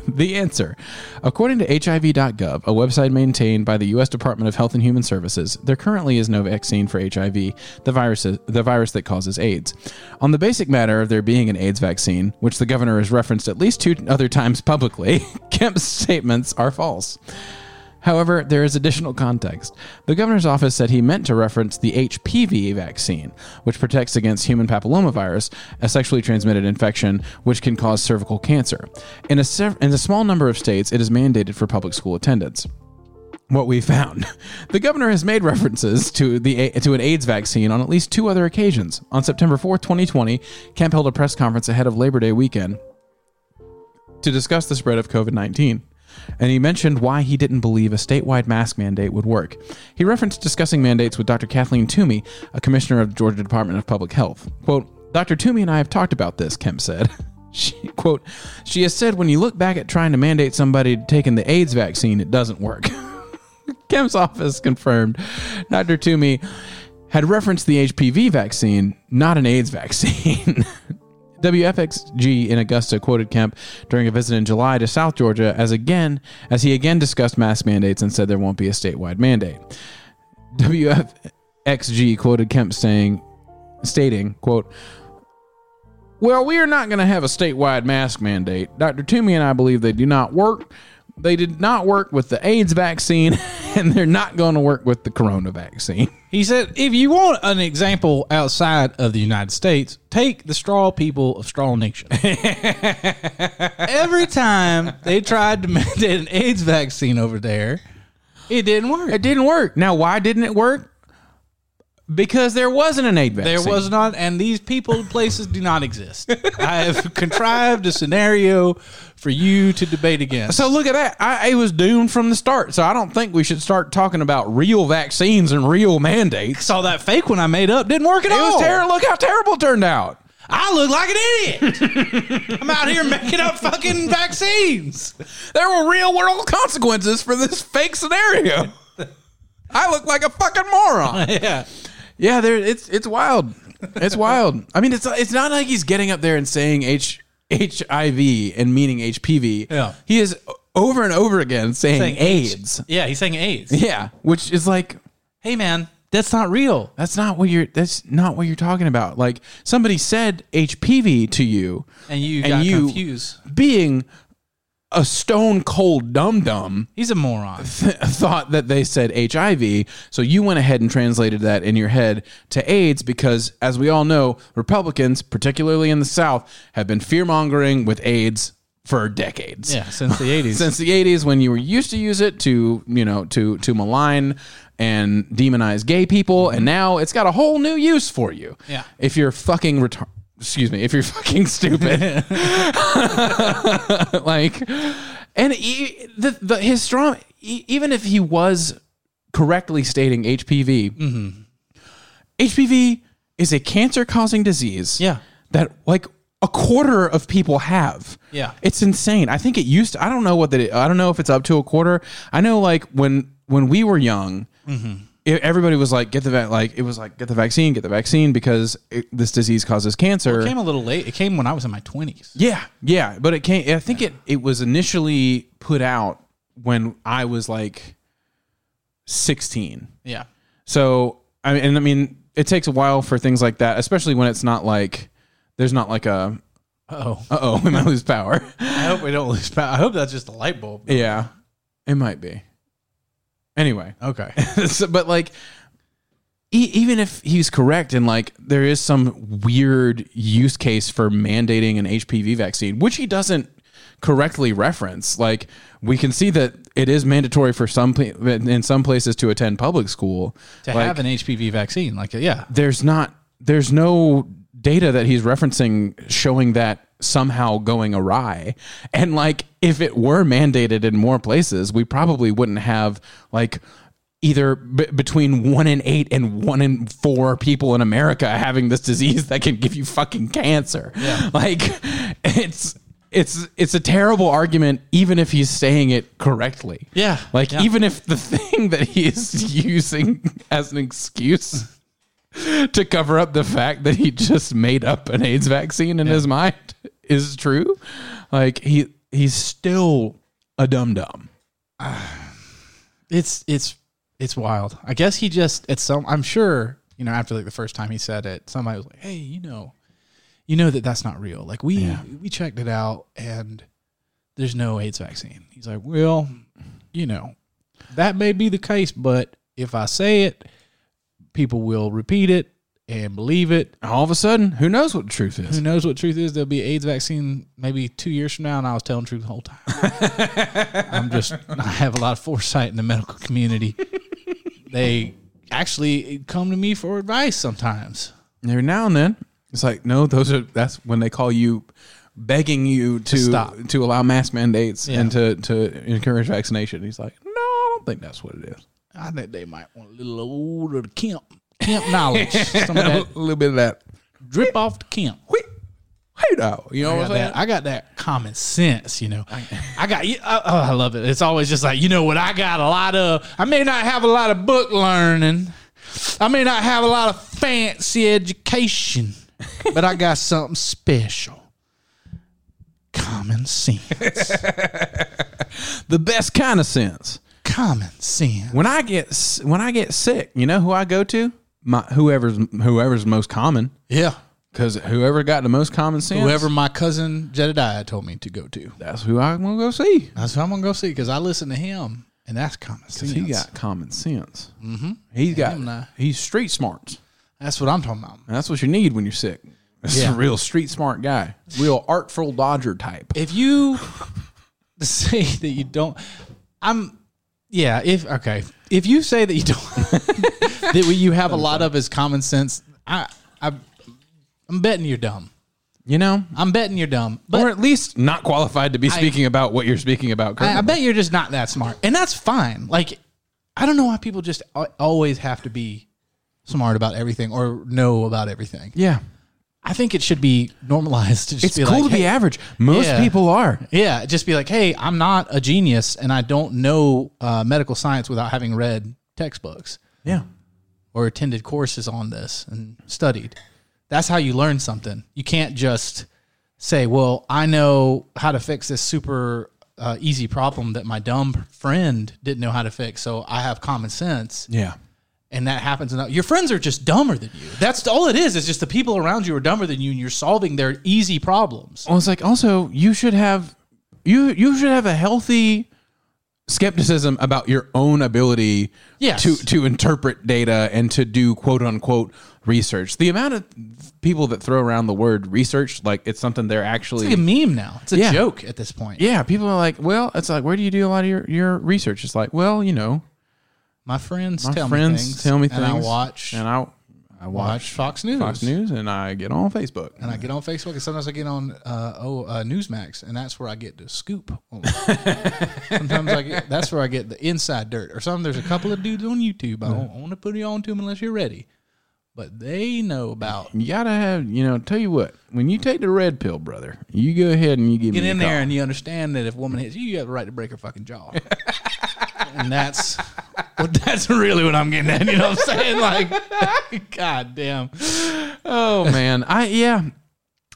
S1: The answer. According to HIV.gov, a website maintained by the U.S. Department of Health and Human Services, there currently is no vaccine for HIV, the virus, the virus that causes AIDS. On the basic matter of there being an AIDS vaccine, which the governor has referenced at least two other times publicly, Kemp's statements are false. However, there is additional context. The governor's office said he meant to reference the HPV vaccine, which protects against human papillomavirus, a sexually transmitted infection which can cause cervical cancer. In a, sev- in a small number of states, it is mandated for public school attendance what we found. The governor has made references to the to an AIDS vaccine on at least two other occasions. On September 4th, 2020, Kemp held a press conference ahead of Labor Day weekend to discuss the spread of COVID-19. And he mentioned why he didn't believe a statewide mask mandate would work. He referenced discussing mandates with Dr. Kathleen Toomey, a commissioner of the Georgia Department of Public Health. Quote, Dr. Toomey and I have talked about this, Kemp said. She, quote, she has said when you look back at trying to mandate somebody taking the AIDS vaccine, it doesn't work. Kemp's office confirmed Dr. Toomey had referenced the HPV vaccine, not an AIDS vaccine. WFXG in Augusta quoted Kemp during a visit in July to South Georgia as again as he again discussed mask mandates and said there won't be a statewide mandate. WFXG quoted Kemp saying stating, quote, well, we are not going to have a statewide mask mandate. Dr. Toomey and I believe they do not work. They did not work with the AIDS vaccine, and they're not going to work with the corona vaccine.
S2: He said, if you want an example outside of the United States, take the straw people of Straw Nation. Every time they tried to mandate an AIDS vaccine over there, it didn't work.
S1: It didn't work. Now, why didn't it work? Because there wasn't an AIDS vaccine.
S2: There was not, and these people and places do not exist. I have contrived a scenario for you to debate against.
S1: So look at that. I, I was doomed from the start. So I don't think we should start talking about real vaccines and real mandates.
S2: saw that fake one I made up didn't work
S1: It
S2: at all.
S1: was terrible. Look how terrible it turned out.
S2: I look like an idiot. I'm out here making up fucking vaccines.
S1: There were real world consequences for this fake scenario. I look like a fucking moron.
S2: Yeah.
S1: Yeah, there it's it's wild. It's wild. I mean, it's it's not like he's getting up there and saying H HIV and meaning HPV.
S2: Yeah.
S1: he is over and over again saying, AIDS.
S2: Yeah, he's saying AIDS.
S1: Yeah, which is like
S2: Hey man, that's not real.
S1: that's not what you're that's not what you're talking about. Like somebody said HPV to you,
S2: And you got confused.
S1: Being a stone cold dum dum,
S2: He's a moron.
S1: thought that they said HIV. So you went ahead and translated that in your head to AIDS because, as we all know, Republicans, particularly in the South, have been fear mongering with AIDS for decades.
S2: Yeah, since the 80s.
S1: Since the 80s, when you were used to use it to, you know, to, to malign and demonize gay people, and now it's got a whole new use for you.
S2: Mm-hmm. Yeah.
S1: If you're fucking retarded. Excuse me, if you're fucking stupid. like and he, the, the his strong e- even if he was correctly stating HPV
S2: Mm-hmm.
S1: HPV is a cancer causing disease
S2: Yeah.
S1: that like a quarter of people have
S2: Yeah.
S1: it's insane I think it used to, I don't know what that I don't know if it's up to a quarter I know like when when we were young
S2: Mm-hmm.
S1: e- everybody was like get the va- like it was like get the vaccine get the vaccine because it, this disease causes cancer
S2: It came a little late. It came when I was in my 20s.
S1: yeah, yeah, but it came. I think it it was initially put out when I was like sixteen.
S2: Yeah.
S1: So I mean, and I mean, it takes a while for things like that, especially when it's not like there's not like a
S2: Oh,
S1: uh oh, we might lose power.
S2: I hope we don't lose power. I hope that's just a light bulb.
S1: yeah, it might be. Anyway,
S2: Okay.
S1: So- but like e- even if he's correct and like there is some weird use case for mandating an HPV vaccine which he doesn't correctly reference like we can see that it is mandatory for some pla- in some places to attend public school
S2: to
S1: Like,
S2: have an HPV vaccine, like yeah,
S1: there's not there's no data that he's referencing showing that somehow going awry and like if it were mandated in more places we probably wouldn't have like either b- between 1 in 8 and 1 in 4 people in America having this disease that can give you fucking cancer like it's it's it's a terrible argument even if he's saying it correctly
S2: Yeah.
S1: like
S2: Yeah.
S1: even if the thing that he is using as an excuse to cover up the fact that he just made up an AIDS vaccine in his mind is true. Like he he's still a dum dum.
S2: it's it's it's wild. I guess he just at some. I'm sure you know after like the first time he said it, somebody was like, "Hey, you know, you know that that's not real. Like we
S1: Yeah.
S2: we checked it out, and there's no AIDS vaccine." He's like, "Well, you know, that may be the case, but if I say it, people will repeat it and believe it.
S1: All of a sudden, who knows what the truth
S2: Who
S1: is?
S2: knows what truth is? There'll be AIDS vaccine maybe two years from now, and I was telling truth the whole time. I'm just I have a lot of foresight in the medical community. they actually come to me for advice sometimes.
S1: Every now and then, it's like, no, those are that's when they call you, begging you to
S2: stop.
S1: to allow mask mandates
S2: Yeah.
S1: and to to encourage vaccination. He's like, no, I don't think that's what it is.
S2: I think they might want a little older to Kemp. Kemp knowledge. Some of that
S1: a little bit of that.
S2: drip off the Kemp.
S1: Wait, hey, now, you know
S2: I
S1: what
S2: got,
S1: I'm saying?
S2: that, I got that common sense, you know. I got, you- I- oh, I love it. It's always just like, you know what? I got a lot of, I may not have a lot of book learning, I may not have a lot of fancy education, but I got something special common sense.
S1: the best kind of sense.
S2: common sense.
S1: When I get s- when I get sick, you know who I go to? My whoever's whoever's most common.
S2: Yeah.
S1: Because whoever got the most common sense,
S2: Whoever my cousin Jedediah told me to go to.
S1: that's who I'm gonna go see.
S2: That's who I'm going to go see because I listen to him, and that's common sense.
S1: He got common sense. Mm-hmm. He's got
S2: Him and I.
S1: he's street smarts.
S2: that's what I'm talking about.
S1: And that's what you need when you're sick. This is
S2: Yeah.
S1: a real street smart guy, real artful dodger type.
S2: if you say that you don't I'm yeah, if okay. If you say that you don't that what you have a lot of is common sense, I I I'm betting you're dumb.
S1: You know,
S2: I'm betting you're dumb. But
S1: or at least not qualified to be speaking about what you're speaking about.
S2: I, I
S1: currently.
S2: bet you're just not that smart. And that's fine. Like I don't know why people just al- always have to be smart about everything or know about everything.
S1: yeah,
S2: I think it should be normalized to just
S1: it's
S2: be
S1: cool
S2: like,
S1: to be
S2: "Hey,
S1: average. Most
S2: Yeah.
S1: people are.
S2: Yeah, just be like, hey, I'm not a genius and I don't know uh, medical science without having read textbooks
S1: Yeah,
S2: or attended courses on this and studied. That's how you learn something. You can't just say, well, I know how to fix this super uh, easy problem that my dumb friend didn't know how to fix. So I have common sense.
S1: yeah.
S2: And that happens. enough. Your friends are just dumber than you. That's all it is. It's just the people around you are dumber than you and you're solving their easy problems.
S1: Well, it's like also you should have you you should have a healthy skepticism about your own ability
S2: Yes.
S1: to to interpret data and to do quote unquote research. The amount of people that throw around the word research like it's something they're actually
S2: It's like a meme now. It's a
S1: Yeah.
S2: joke at this point.
S1: yeah, people are like, well, it's like, where do you do a lot of your, your research? It's like, well, you know,
S2: My friends
S1: my
S2: tell
S1: friends
S2: me things.
S1: tell me things,
S2: and I watch
S1: and I, I
S2: watch
S1: watch,
S2: Fox News.
S1: Fox News, and I get on Facebook.
S2: And I get on Facebook, and sometimes I get on uh, oh uh, Newsmax, and that's where I get the scoop. on. sometimes I get that's where I get the inside dirt, or something. There's a couple of dudes on YouTube. I don't want to put you on to them unless you're ready, but they know about.
S1: you gotta have, you know, tell you what, when you take the red pill, brother, you go ahead and you give
S2: Get
S1: me
S2: in
S1: a
S2: there,
S1: call.
S2: and you understand that if a woman hits you, you have the right to break her fucking jaw. and that's well, that's really what I'm getting at. You know what I'm saying? Like, god damn.
S1: Oh man, I yeah.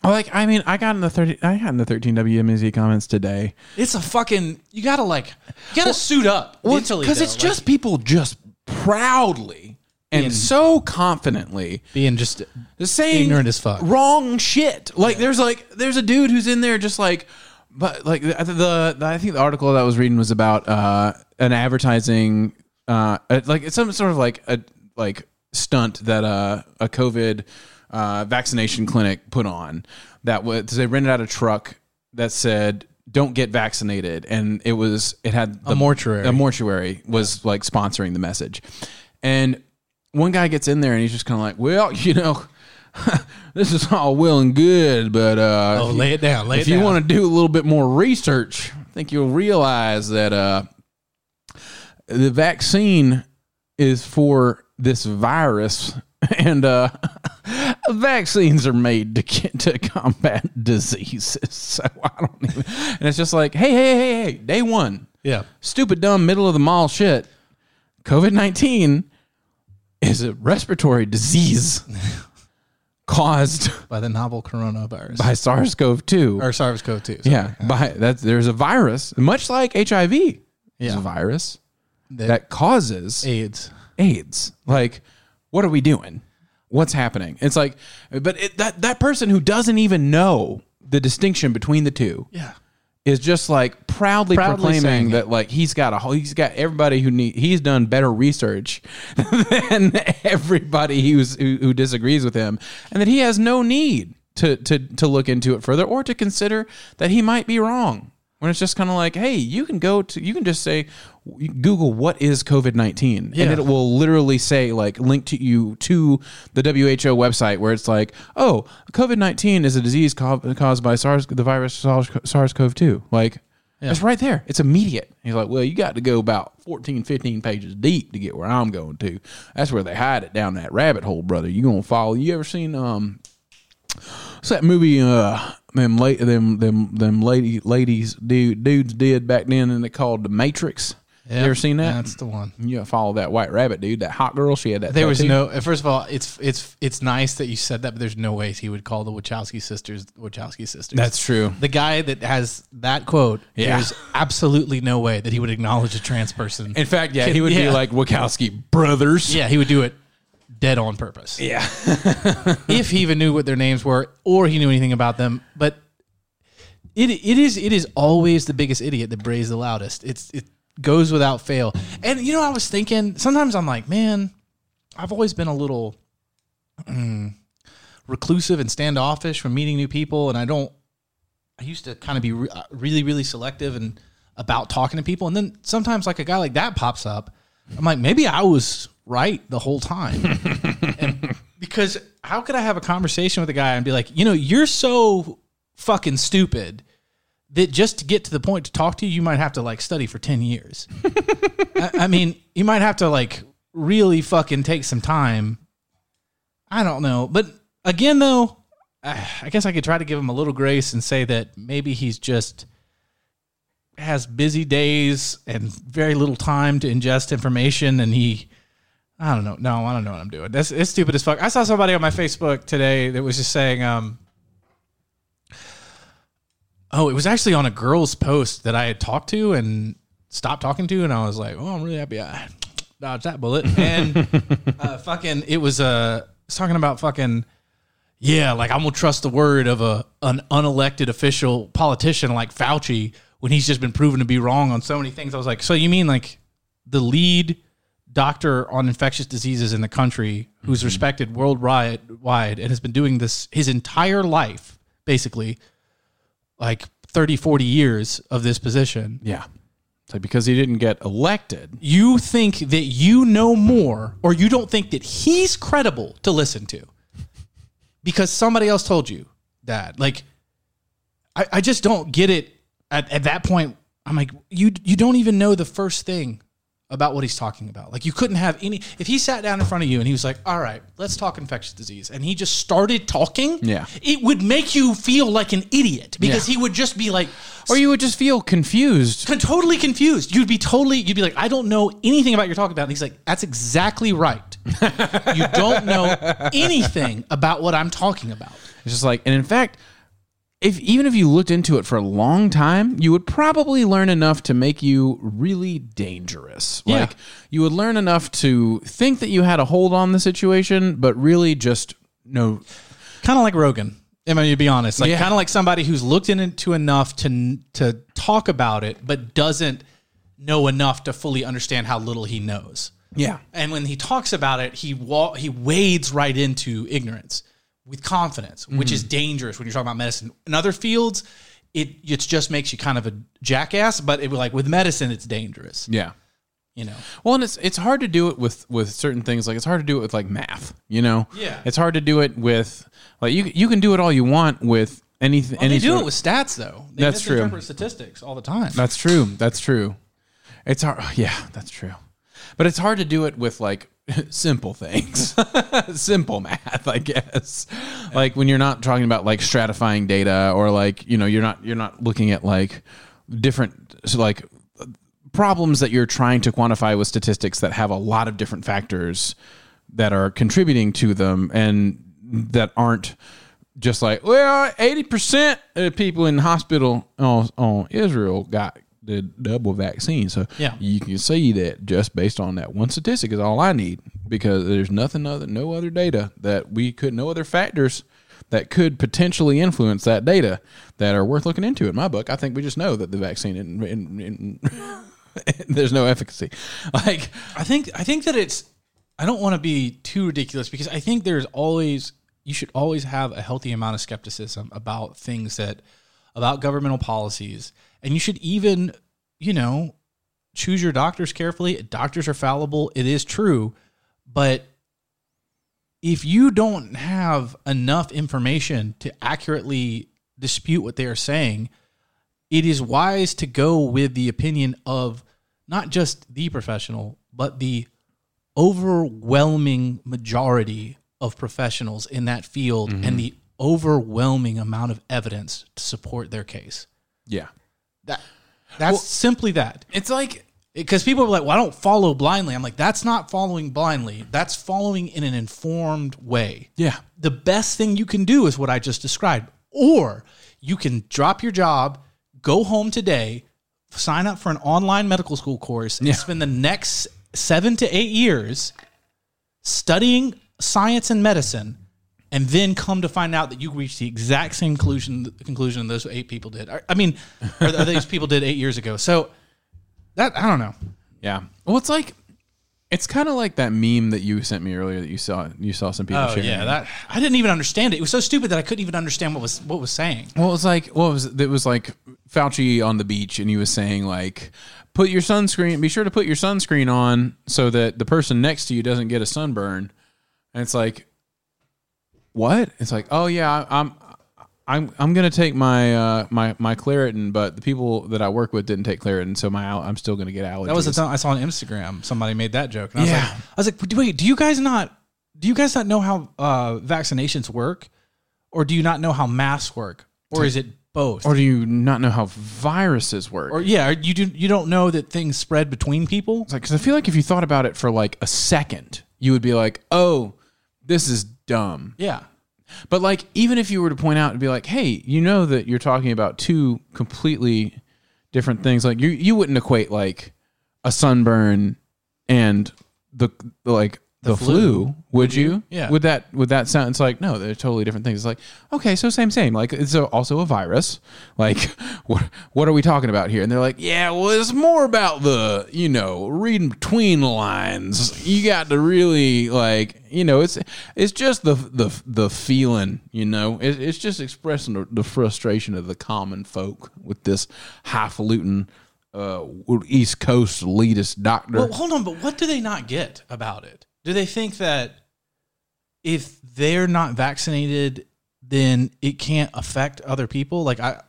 S1: Like I mean, I got in the thirty. I got in the thirteen WMZ comments today.
S2: It's a fucking. You gotta like. You gotta suit up mentally
S1: because it's
S2: though,
S1: just people just proudly and
S2: Being-
S1: so confidently
S2: like, being just.
S1: the saying
S2: Ignorant as fuck.
S1: wrong shit. Like there's like there's a dude who's in there just like, but like the, the, the I think the article that I was reading was about uh an advertising uh uh, like it's some sort of like a like stunt that uh a COVID uh vaccination clinic put on that was they rented out a truck that said don't get vaccinated and it was it had the,
S2: mortuary.
S1: a mortuary was like sponsoring the message and one guy gets in there and he's just kind of like well you know this is all well and good but uh
S2: Oh, lay it down. Lay
S1: if
S2: it
S1: you
S2: down.
S1: want to do a little bit more research i think you'll realize that uh the vaccine is for this virus and uh vaccines are made to get, to combat diseases so i don't even and it's just like hey hey hey hey day one
S2: yeah.
S1: stupid, dumb, middle of the mall shit. COVID 19 is a respiratory disease caused
S2: by the novel coronavirus
S1: by SARS-CoV-2.
S2: or SARS-CoV two.
S1: yeah, by that there's a virus, much like HIV. There's
S2: Yeah.
S1: a virus
S2: that,
S1: that causes
S2: AIDS.
S1: AIDS. Like, what are we doing? What's happening? It's like, but it, that that person who doesn't even know the distinction between the two
S2: Yeah,
S1: is just like proudly,
S2: Proudly saying
S1: proclaiming
S2: it.
S1: that like he's got a whole, he's got everybody who need he's done better research than everybody who's who, who disagrees with him, and that he has no need to to to look into it further or to consider that he might be wrong. When it's just kind of like, hey, you can go to you can just say you can Google what is COVID nineteen,
S2: Yeah.
S1: and it will literally say like link to you to the WHO website where it's like, oh, COVID nineteen is a disease co- caused by SARS the virus SARS CoV two. Like it's right there. It's immediate. He's like, well, you got to go about 14, 15 pages deep to get where I'm going to. That's where they hide it down that rabbit hole, brother. You gonna follow? You ever seen um? What's that movie? Uh, them late them them them lady ladies dude dudes did back then, and they called The Matrix. You ever seen that?
S2: That's the one.
S1: You gotta follow that white rabbit dude, that hot girl. She had that.
S2: There was
S1: tattoo.
S2: no. uh, First of all, it's it's it's nice that you said that, but there's no way he would call the Wachowski sisters the Wachowski sisters.
S1: That's true.
S2: The guy that has that quote,
S1: Yeah.
S2: there's absolutely no way that he would acknowledge a trans person.
S1: In fact, yeah, he would be
S2: Yeah.
S1: like Wachowski brothers.
S2: yeah, he would do it dead on purpose.
S1: Yeah.
S2: if he even knew what their names were or he knew anything about them. But it it is it is always the biggest idiot that brays the loudest. It's it goes without fail. And you know, I was thinking sometimes I'm like, man, I've always been a little mm, reclusive and standoffish from meeting new people, and I don't. I used to kind of be re- uh, really really selective and about talking to people, and then sometimes like a guy like that pops up, I'm like, maybe I was right the whole time because how could I have a conversation with a guy and be like, you know, you're so fucking stupid that just to get to the point to talk to you, you might have to like study for 10 years. I, I mean, you might have to like really fucking take some time. I don't know. But again, though, I I guess I could try to give him a little grace and say that maybe he's just has busy days and very little time to ingest information and he I don't know. No, I don't know what I'm doing. That's it's stupid as fuck. I saw somebody on my Facebook today that was just saying, um, oh, it was actually on a girl's post that I had talked to and stopped talking to, and I was like, oh, I'm really happy I dodged that bullet. And uh, fucking, it was uh, it's talking about fucking, yeah, like I'm gonna trust the word of a an unelected official politician like Fauci when he's just been proven to be wrong on so many things. I was like, so you mean like the lead doctor on infectious diseases in the country who's respected worldwide wide and has been doing this his entire life basically like 30 40 years of this position
S1: Yeah. It's like because he didn't get elected.
S2: you think that you know more or you don't think that he's credible to listen to because somebody else told you that like i, I just don't get it at, at that point i'm like you you don't even know the first thing about what he's talking about like you couldn't have any if he sat down in front of you and he was like all right let's talk infectious disease and he just started talking
S1: Yeah.
S2: it would make you feel like an idiot because
S1: Yeah.
S2: he would just be like
S1: Or you would just feel confused.
S2: con- totally confused. You'd be totally, you'd be like, I don't know anything about what you're talking about. And he's like, that's exactly right. you don't know anything about what I'm talking about.
S1: It's just like, and in fact, if even if you looked into it for a long time, you would probably learn enough to make you really dangerous.
S2: Yeah.
S1: Like you would learn enough to think that you had a hold on the situation, but really just no.
S2: Kind of like Rogan. I mean, to be honest, like
S1: Yeah.
S2: kind of like somebody who's looked into enough to to talk about it, but doesn't know enough to fully understand how little he knows.
S1: Yeah.
S2: And when he talks about it, he wa- he wades right into ignorance with confidence, which
S1: Mm-hmm.
S2: is dangerous when you're talking about medicine. In other fields, it it just makes you kind of a jackass. But it like with medicine, it's dangerous.
S1: Yeah.
S2: You know,
S1: Well, and it's it's hard to do it with with certain things. Like it's hard to do it with like math. You know.
S2: Yeah.
S1: It's hard to do it with like you you can do it all you want with anything.
S2: and
S1: any
S2: they do
S1: sort
S2: it
S1: of-
S2: with stats though. They
S1: That's true.
S2: misinterpret Statistics all the time.
S1: That's true. That's true. It's hard. Yeah, that's true. But it's hard to do it with like simple things, simple math, I guess. Like when you're not talking about like stratifying data or like you know you're not you're not looking at like different so like problems that you're trying to quantify with statistics that have a lot of different factors that are contributing to them and that aren't just like well, eighty percent of people in hospital on, on Israel got the double vaccine. So
S2: Yeah.
S1: you can see that just based on that one statistic is all I need because there's nothing other, no other data that we could, no other factors that could potentially influence that data that are worth looking into. In my book, I think we just know that the vaccine in, in, in, there's no efficacy. Like
S2: I think I think that it's I don't want to be too ridiculous because I think there's always you should always have a healthy amount of skepticism about things that about governmental policies and you should even you know choose your doctors carefully doctors are fallible it is true but if you don't have enough information to accurately dispute what they are saying it is wise to go with the opinion of not just the professional, but the overwhelming majority of professionals in that field
S1: Mm-hmm.
S2: and the overwhelming amount of evidence to support their case.
S1: yeah.
S2: That that's simply that.
S1: It's like
S2: Because people are like, "Well, I don't follow blindly." I'm like, "That's not following blindly. That's following in an informed way."
S1: yeah.
S2: the best thing you can do is what I just described. Or you can drop your job, go home today, sign up for an online medical school course, and spend the next seven to eight years studying science and medicine, and then come to find out that you reached the exact same conclusion conclusion those eight people did. I- I mean, or th- these people did eight years ago. So that I don't know.
S1: Yeah. Well, it's like it's kind of like that meme that you sent me earlier that you saw you saw some people
S2: Oh
S1: sharing.
S2: yeah, that I didn't even understand it. It was so stupid that I couldn't even understand what was what was saying.
S1: Well, it's like what was it? it was like Fauci on the beach, and he was saying like, "Put your sunscreen. Be sure to put your sunscreen on so that the person next to you doesn't get a sunburn." And it's like, what? It's like, oh yeah, I- I'm. I'm I'm gonna take my uh, my my Claritin, but the people that I work with didn't take Claritin, so my al- I'm still gonna get allergies.
S2: That was the time I saw on Instagram. Somebody made that joke, and I was
S1: Yeah.
S2: like, I was like, wait, do you guys not? Do you guys not know how uh, vaccinations work, or do you not know how masks work, or is it both?
S1: or do you not know how viruses work?
S2: Or- yeah, or you do. You don't know that things spread between people.
S1: It's like, because I feel like if you thought about it for like a second, you would be like, oh, this is dumb.
S2: Yeah,
S1: But like, even if you were to point out and be like, hey, you know that you're talking about two completely different things. Like, you, you wouldn't equate like a sunburn and the like the, flu, would you?
S2: Yeah.
S1: Would that would that sound? It's like no, they're totally different things. It's like okay, so same same. Like it's a, also a virus. Like what what are we talking about here? And they're like, yeah, well, it's more about the you know reading between the lines. You got to really like you know it's it's just the the the feeling. You know, it, it's just expressing the, the frustration of the common folk with this highfalutin. Uh, East Coast elitist doctor.
S2: Well, hold on, but what do they not get about it? Do they think that if they're not vaccinated, then it can't affect other people? Like I,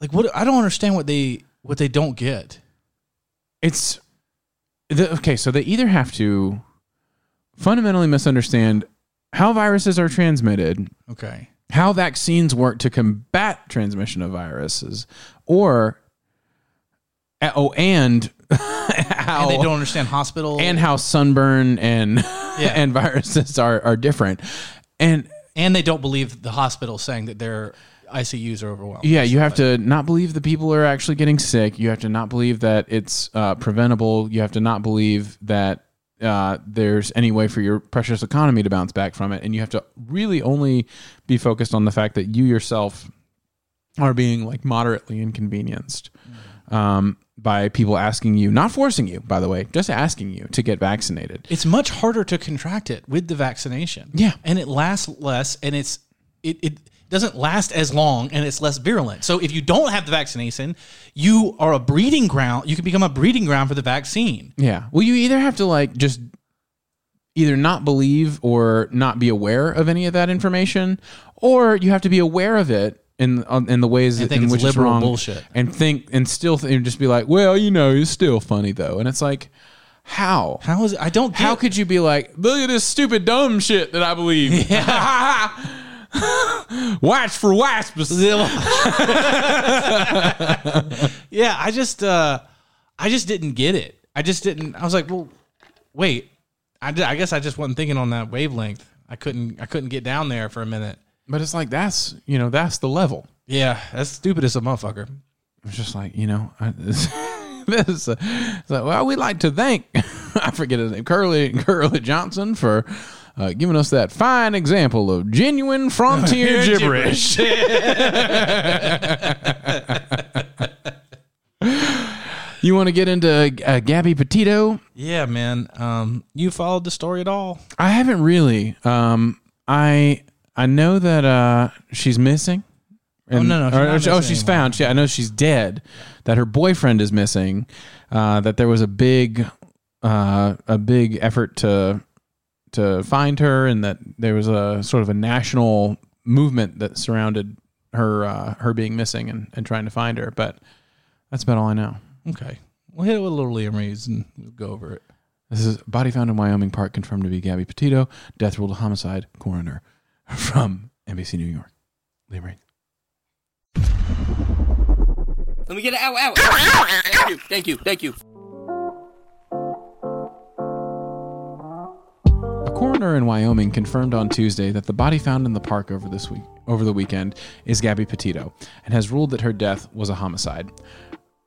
S2: like what? I don't understand what they what they don't get.
S1: it's the, okay so they either have to fundamentally misunderstand how viruses are transmitted
S2: Okay.
S1: how vaccines work to combat transmission of viruses or oh and how
S2: and they don't understand hospital
S1: Oh. and how sunburn and
S2: Yeah.
S1: and viruses are are different and
S2: and they don't believe the hospital saying that their ICUs are overwhelmed.
S1: Yeah, you have to not believe the people are actually getting sick. You have to not believe that it's uh, preventable. You have to not believe that uh, there's any way for your precious economy to bounce back from it. And you have to really only be focused on the fact that you yourself are being like moderately inconvenienced um, by people asking you, not forcing you, by the way, just asking you to get vaccinated.
S2: It's much harder to contract it with the vaccination.
S1: Yeah.
S2: and it lasts less, and it's it it doesn't last as long, and it's less virulent. So if you don't have the vaccination, you are a breeding ground. You can become a breeding ground for the vaccine.
S1: Yeah. Well, you either have to like just either not believe or not be aware of any of that information, or you have to be aware of it in on- in the ways
S2: And think
S1: in
S2: it's
S1: which it's
S2: liberal
S1: wrong,
S2: bullshit.
S1: and think and still th- and just be like, well, you know, it's still funny though, and it's like, how.
S2: How is I don't get
S1: How could you be like, look at this stupid dumb shit that I believe? Watch for wasps.
S2: yeah i just uh i just didn't get it i just didn't i was like well wait i, di- I guess i just wasn't thinking on that wavelength I couldn't I couldn't get down there for a minute.
S1: But it's like that's you know that's the level.
S2: Yeah, that's stupid as a motherfucker.
S1: It's just like you know I, this. this is a- it's like, well, we'd like to thank I forget his name Curly Curly Johnson for. Uh, giving us that fine example of genuine frontier gibberish. You want to get into uh, Gabby Petito?
S2: yeah, man. Um, you followed the story at all?
S1: I haven't really. Um, I I know that uh, she's missing. And-
S2: no, no, she's
S1: or-
S2: not
S1: or she- oh,
S2: missing
S1: she's
S2: anymore.
S1: found. She, I know she's dead. That her boyfriend is missing. Uh, that there was a big, uh, a big effort to to find her, and that there was a sort of a national movement that surrounded her uh, her being missing and, and trying to find her. But that's about all I know.
S2: Okay, we'll hit it with a little Liam Rees and we'll go over it.
S1: This is body found in Wyoming Park confirmed to be Gabby Petito, death ruled a homicide, coroner from NBC New York. Liam Reed.
S7: Let me get it out, out. out. Thank you, thank you, thank you.
S1: A coroner in Wyoming confirmed on Tuesday that the body found in the park over this week over the weekend is Gabby Petito and has ruled that her death was a homicide.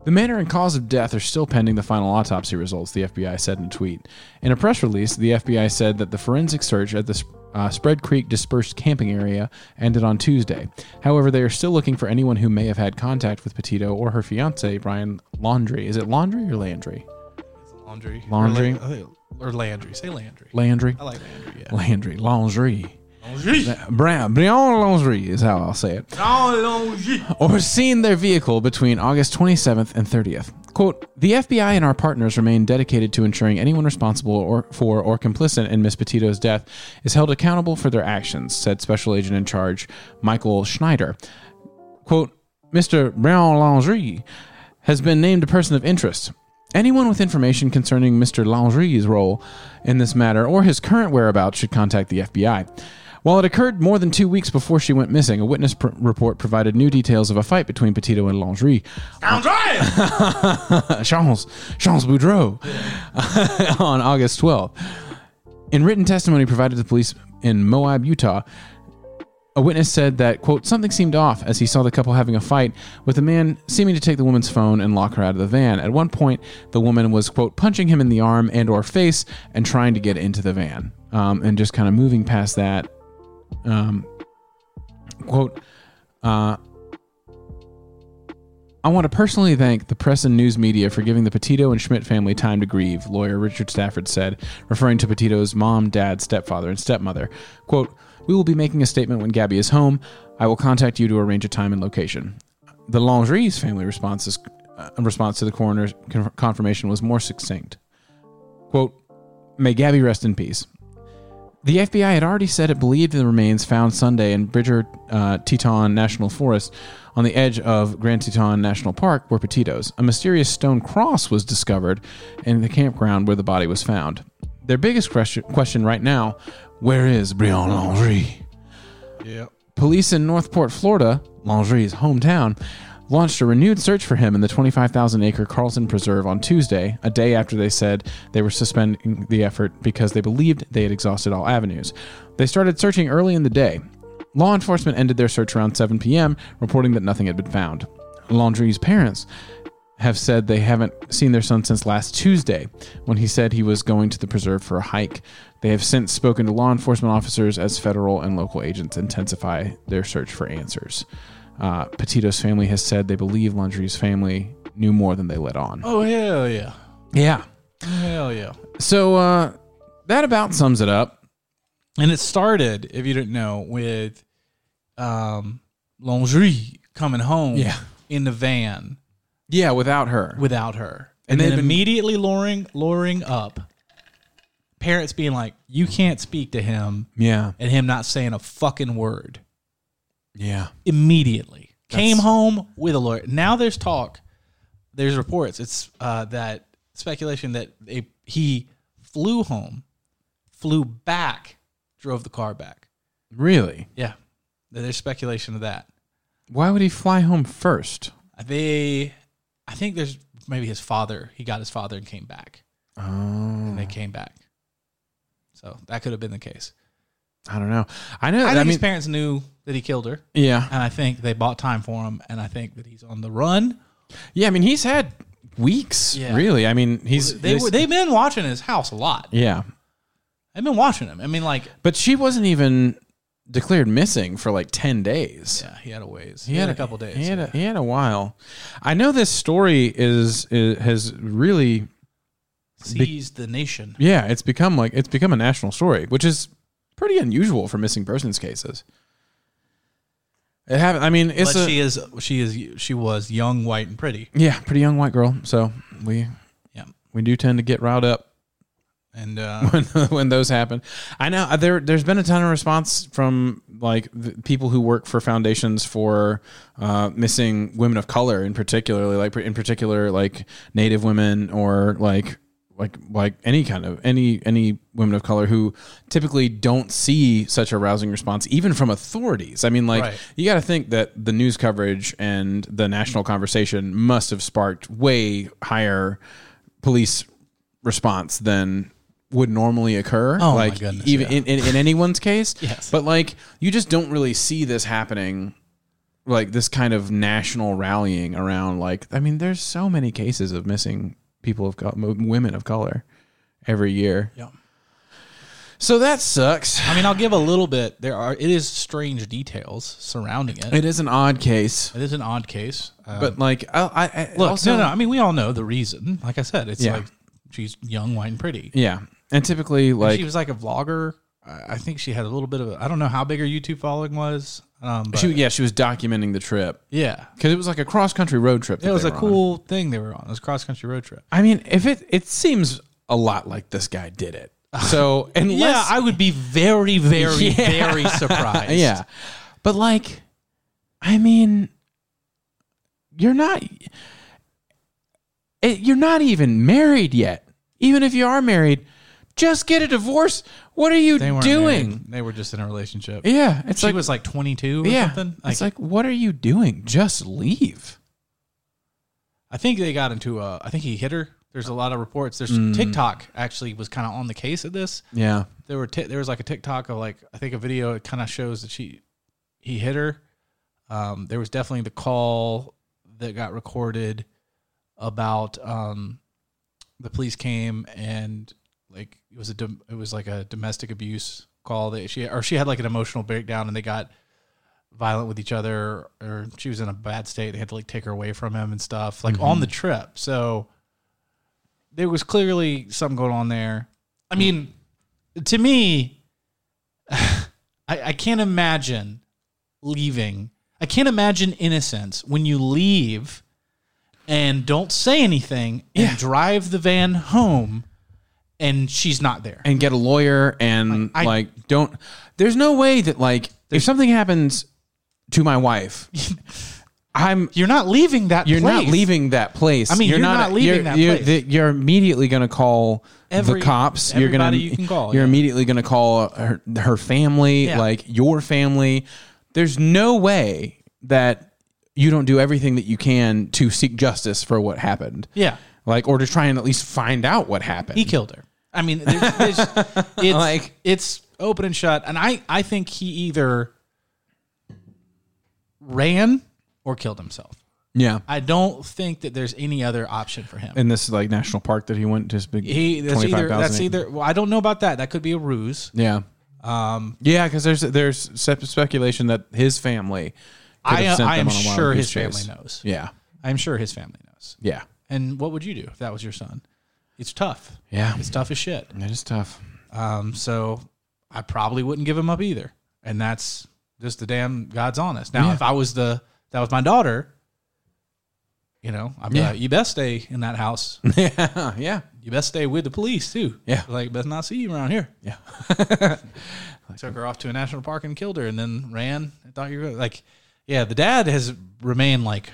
S1: The manner and cause of death are still pending the final autopsy results, the FBI said in a tweet. In a press release, the FBI said that the forensic search at the uh, Spread Creek dispersed camping area ended on Tuesday. However, they are still looking for anyone who may have had contact with Petito or her fiance, Brian Laundry. Is it Laundry or Landry?
S2: Laundry,
S1: Laundry?
S2: or, La- I think- or Landry. Say Landry.
S1: Landry?
S2: I like Landry. Yeah.
S1: Landry. Laundry. Brian, Brian Laundry is how I'll say it. or seen their vehicle between August 27th and 30th. Quote, the FBI and our partners remain dedicated to ensuring anyone responsible or, for or complicit in Miss Petito's death is held accountable for their actions, said Special Agent in Charge Michael Schneider. Quote, Mr. Brown Lingerie has been named a person of interest. Anyone with information concerning Mr. Lingerie's role in this matter or his current whereabouts should contact the FBI. While it occurred more than two weeks before she went missing, a witness pr- report provided new details of a fight between Petito and Lingerie. Lingerie! Charles, Charles Boudreau on August 12th. In written testimony provided to police in Moab, Utah, a witness said that, quote, something seemed off as he saw the couple having a fight, with the man seeming to take the woman's phone and lock her out of the van. At one point, the woman was, quote, punching him in the arm and or face and trying to get into the van. Um, and just kind of moving past that, um, quote, uh, I want to personally thank the press and news media for giving the Petito and Schmidt family time to grieve, lawyer Richard Stafford said, referring to Petito's mom, dad, stepfather, and stepmother. Quote, We will be making a statement when Gabby is home. I will contact you to arrange a time and location. The Lingerie's family responses, uh, response to the coroner's con- confirmation was more succinct. Quote, May Gabby rest in peace. The FBI had already said it believed the remains found Sunday in Bridger uh, Teton National Forest on the edge of Grand Teton National Park were Petitos. A mysterious stone cross was discovered in the campground where the body was found. Their biggest question, question right now where is Brian Landry?
S2: Yeah.
S1: Police in Northport, Florida, Lingerie's hometown, launched a renewed search for him in the 25,000 acre Carlson Preserve on Tuesday, a day after they said they were suspending the effort because they believed they had exhausted all avenues. They started searching early in the day. Law enforcement ended their search around 7 p.m., reporting that nothing had been found. Landry's parents have said they haven't seen their son since last Tuesday when he said he was going to the preserve for a hike. They have since spoken to law enforcement officers as federal and local agents intensify their search for answers. Uh, Petito's family has said they believe Landry's family knew more than they let on.
S2: Oh hell yeah,
S1: Yeah.
S2: hell yeah.
S1: So uh, that about sums it up.
S2: And it started, if you didn't know, with um, lingerie coming home
S1: Yeah.
S2: in the van
S1: Yeah, without her.
S2: without her.
S1: And
S2: And,
S1: they'd
S2: then
S1: been-
S2: immediately luring, luring up. Parents being like, you can't speak to him,
S1: yeah.
S2: and him not saying a fucking word.
S1: Yeah.
S2: Immediately. Came
S1: That's-
S2: home with a lawyer. Now there's talk, there's reports, it's uh, that speculation that they, he flew home, flew back, drove the car back.
S1: Really?
S2: Yeah. There- There's speculation of that.
S1: Why would he fly home first?
S2: They I think there's maybe his father. He got his father and came back.
S1: Oh.
S2: And they came back. So that could have been the case.
S1: I don't know. I know.
S2: I
S1: I,
S2: think his
S1: mean,
S2: parents knew that he killed her,
S1: yeah,
S2: and I think they bought time for him, and I think that he's on the run.
S1: yeah. I mean, he's had weeks.
S2: Yeah.
S1: Really. I mean, he's
S2: They were, they've been watching his house a lot.
S1: yeah.
S2: They've been watching him. I mean, like,
S1: But she wasn't even declared missing for like ten days.
S2: yeah, he had a ways. He, had, a couple days.
S1: He had, a, he had a while. I know this story is, is has really
S2: seized the nation.
S1: yeah. It's become like it's become a national story, which is pretty unusual for missing persons cases. It happened. I mean, it's
S2: But
S1: a,
S2: she is she is she was young, white, and pretty.
S1: yeah, pretty young white girl. So we
S2: Yeah,
S1: we do tend to get riled up
S2: and uh,
S1: when, when those happen. I know uh, there there's been a ton of response from like the people who work for foundations for uh, missing women of color in particularly like in particular like Native women or like like like any kind of any any women of color who typically don't see such a rousing response even from authorities. I mean like
S2: Right.
S1: you got to think that the news coverage and the national conversation must have sparked way higher police response than would normally occur.
S2: Oh, my
S1: like,
S2: goodness,
S1: Even
S2: yeah.
S1: in, in, in anyone's case.
S2: Yes.
S1: But like you just don't really see this happening like this kind of national rallying around like I mean, there's so many cases of missing people of color, women of color every year.
S2: Yeah.
S1: So that sucks.
S2: I mean, I'll give a little bit. There are it is strange details surrounding it.
S1: It is an odd case.
S2: it is an odd case, uh,
S1: But like I, I, I
S2: look,
S1: also-
S2: no, no. I mean, we all know the reason. Like I said, it's
S1: Yeah.
S2: like she's young, white, and pretty.
S1: Yeah. And typically
S2: And
S1: like
S2: she was like a vlogger. I I think she had a little bit of. a I don't know how big her YouTube following was. Um, but
S1: she, yeah, she was documenting the trip.
S2: yeah,
S1: Because it was like a cross country road trip. that
S2: it was
S1: they
S2: a
S1: were on.
S2: cool thing they were on. It was a cross country road trip.
S1: I mean, if it it seems a lot like this guy did it. So unless
S2: Yeah, I would be very, very,
S1: Yeah.
S2: very surprised.
S1: yeah, but like, I mean, you're not it, you're not even married yet. Even if you are married, just get a divorce. What are you
S2: they weren't
S1: doing?
S2: married. They were just in a relationship.
S1: Yeah, it's
S2: she
S1: like
S2: was like 22 or
S1: yeah,
S2: something.
S1: it's like what are you doing? Just leave.
S2: I think they got into a. I think he hit her. There's a lot of reports. There's
S1: Mm.
S2: TikTok actually was kind of on the case of this.
S1: Yeah,
S2: There were t- there was like a TikTok of like I think a video. It kind of shows that she he hit her. Um, there was definitely the call that got recorded about um, the police came and like it was a dom- it was like a domestic abuse call that she or she had like an emotional breakdown and they got violent with each other or she was in a bad state they had to like take her away from him and stuff like
S1: Mm-hmm.
S2: on the trip so there was clearly something going on there i mean to me I, I can't imagine leaving i can't imagine innocence when you leave and don't say anything and drive the van home and she's not there
S1: and get a lawyer and
S2: I-
S1: like don't. There's no way that like if something happens to my wife, I'm
S2: you're not leaving that
S1: you're not
S2: place.
S1: leaving that place.
S2: I mean, you're not leaving
S1: you're,
S2: that
S1: you're,
S2: place.
S1: the- you're immediately going to call
S2: Every-
S1: the cops. You're going to
S2: everybody you can call,
S1: You're
S2: yeah.
S1: immediately going to call her, her family,
S2: Yeah.
S1: like your family. There's no way that you don't do everything that you can to seek justice for what happened.
S2: yeah
S1: Like, or to try and at least find out what happened.
S2: He killed her. I mean, there's, there's, it's
S1: Like-
S2: it's open and shut. And I I think he either ran or killed himself.
S1: yeah.
S2: I don't think that there's any other option for him.
S1: In this like national park that he went to, his big
S2: he that's either
S1: 25,000
S2: that's
S1: acre-
S2: either. Well, I don't know about that. That could be a ruse.
S1: yeah. Um, yeah, because there's there's spe- speculation that his family. could
S2: I
S1: have sent
S2: I
S1: them
S2: am
S1: on a wild
S2: sure his
S1: goose chase.
S2: family knows.
S1: Yeah,
S2: I'm sure his family knows.
S1: yeah.
S2: And what would you do if that was your son? It's tough.
S1: Yeah.
S2: It's tough as shit.
S1: It is tough.
S2: Um, so I probably wouldn't give him up either. And that's just the damn God's honest. Now, if I was the that was my daughter, you know, I'd be
S1: Yeah.
S2: like, you best stay in that house.
S1: yeah, yeah,
S2: you best stay with the police too.
S1: Yeah.
S2: like best not see you around here.
S1: yeah.
S2: Took her off to a national park and killed her, and then ran. I thought you were like, yeah. The dad has remained like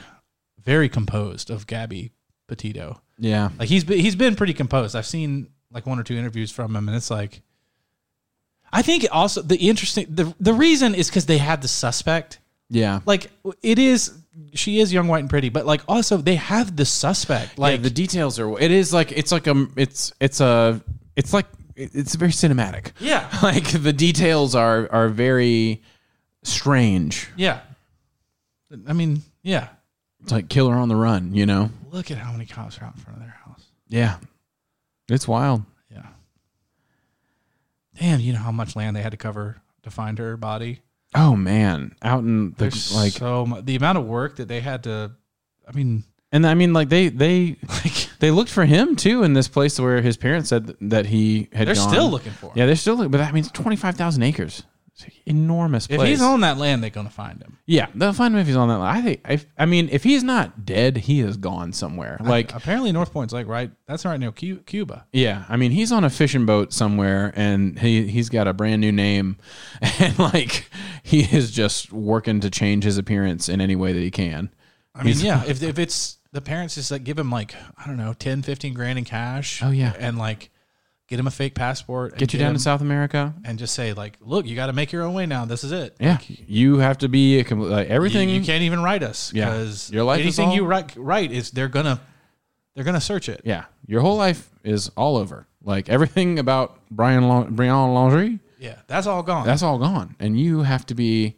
S2: very composed of Gabby Petito.
S1: Yeah.
S2: Like he's been, he's been pretty composed. I've seen like one or two interviews from him, and it's like, I think it also the interesting the the reason is because they had the suspect.
S1: Yeah.
S2: Like it is, she is young, white, and pretty, but like also they have the suspect. Like
S1: the details are it is like it's like um it's it's a it's like it- it's very cinematic.
S2: Yeah.
S1: like the details are are very strange.
S2: Yeah. I mean, yeah.
S1: It's like Killer on the Run, you know.
S2: Look at how many cops are out in front of their house.
S1: Yeah, it's wild.
S2: Yeah. Damn, you know how much land they had to cover to find her body.
S1: Oh man, out in the
S2: There's
S1: like,
S2: so much, the amount of work that they had to. I mean,
S1: and I mean like they they
S2: like
S1: they looked for him too in this place where his parents said th- that he had.
S2: they're
S1: gone.
S2: still looking for him.
S1: Yeah, they're still looking, but that means twenty five thousand acres. It's an enormous
S2: if
S1: place.
S2: he's on that land, they're gonna find him.
S1: yeah, they'll find him if he's on that. line. I think. If, I mean, if he's not dead, he is gone somewhere. Like
S2: apparently North Point's like right. That's right near Cu- Cuba.
S1: Yeah, I mean he's on a fishing boat somewhere, and he he's got a brand new name, and like he is just working to change his appearance in any way that he can.
S2: I mean, yeah. If if it's the parents just like give him like I don't know 10, 15 grand in cash.
S1: Oh, yeah.
S2: and like get him a fake passport. and
S1: Get you down
S2: him-
S1: to South America.
S2: and just say like, look, you got to make your own way now. This is it.
S1: Yeah, you have to be a compl- like
S2: You,
S1: everything.
S2: you can't even write us
S1: Yeah.
S2: because
S1: Your life is
S2: anything you
S1: all-
S2: write, write is they're gonna they're gonna search it.
S1: Yeah, your whole life is all over. Like everything about Brian La- Brian Laundrie,
S2: Yeah, that's all gone.
S1: that's all gone, and you have to be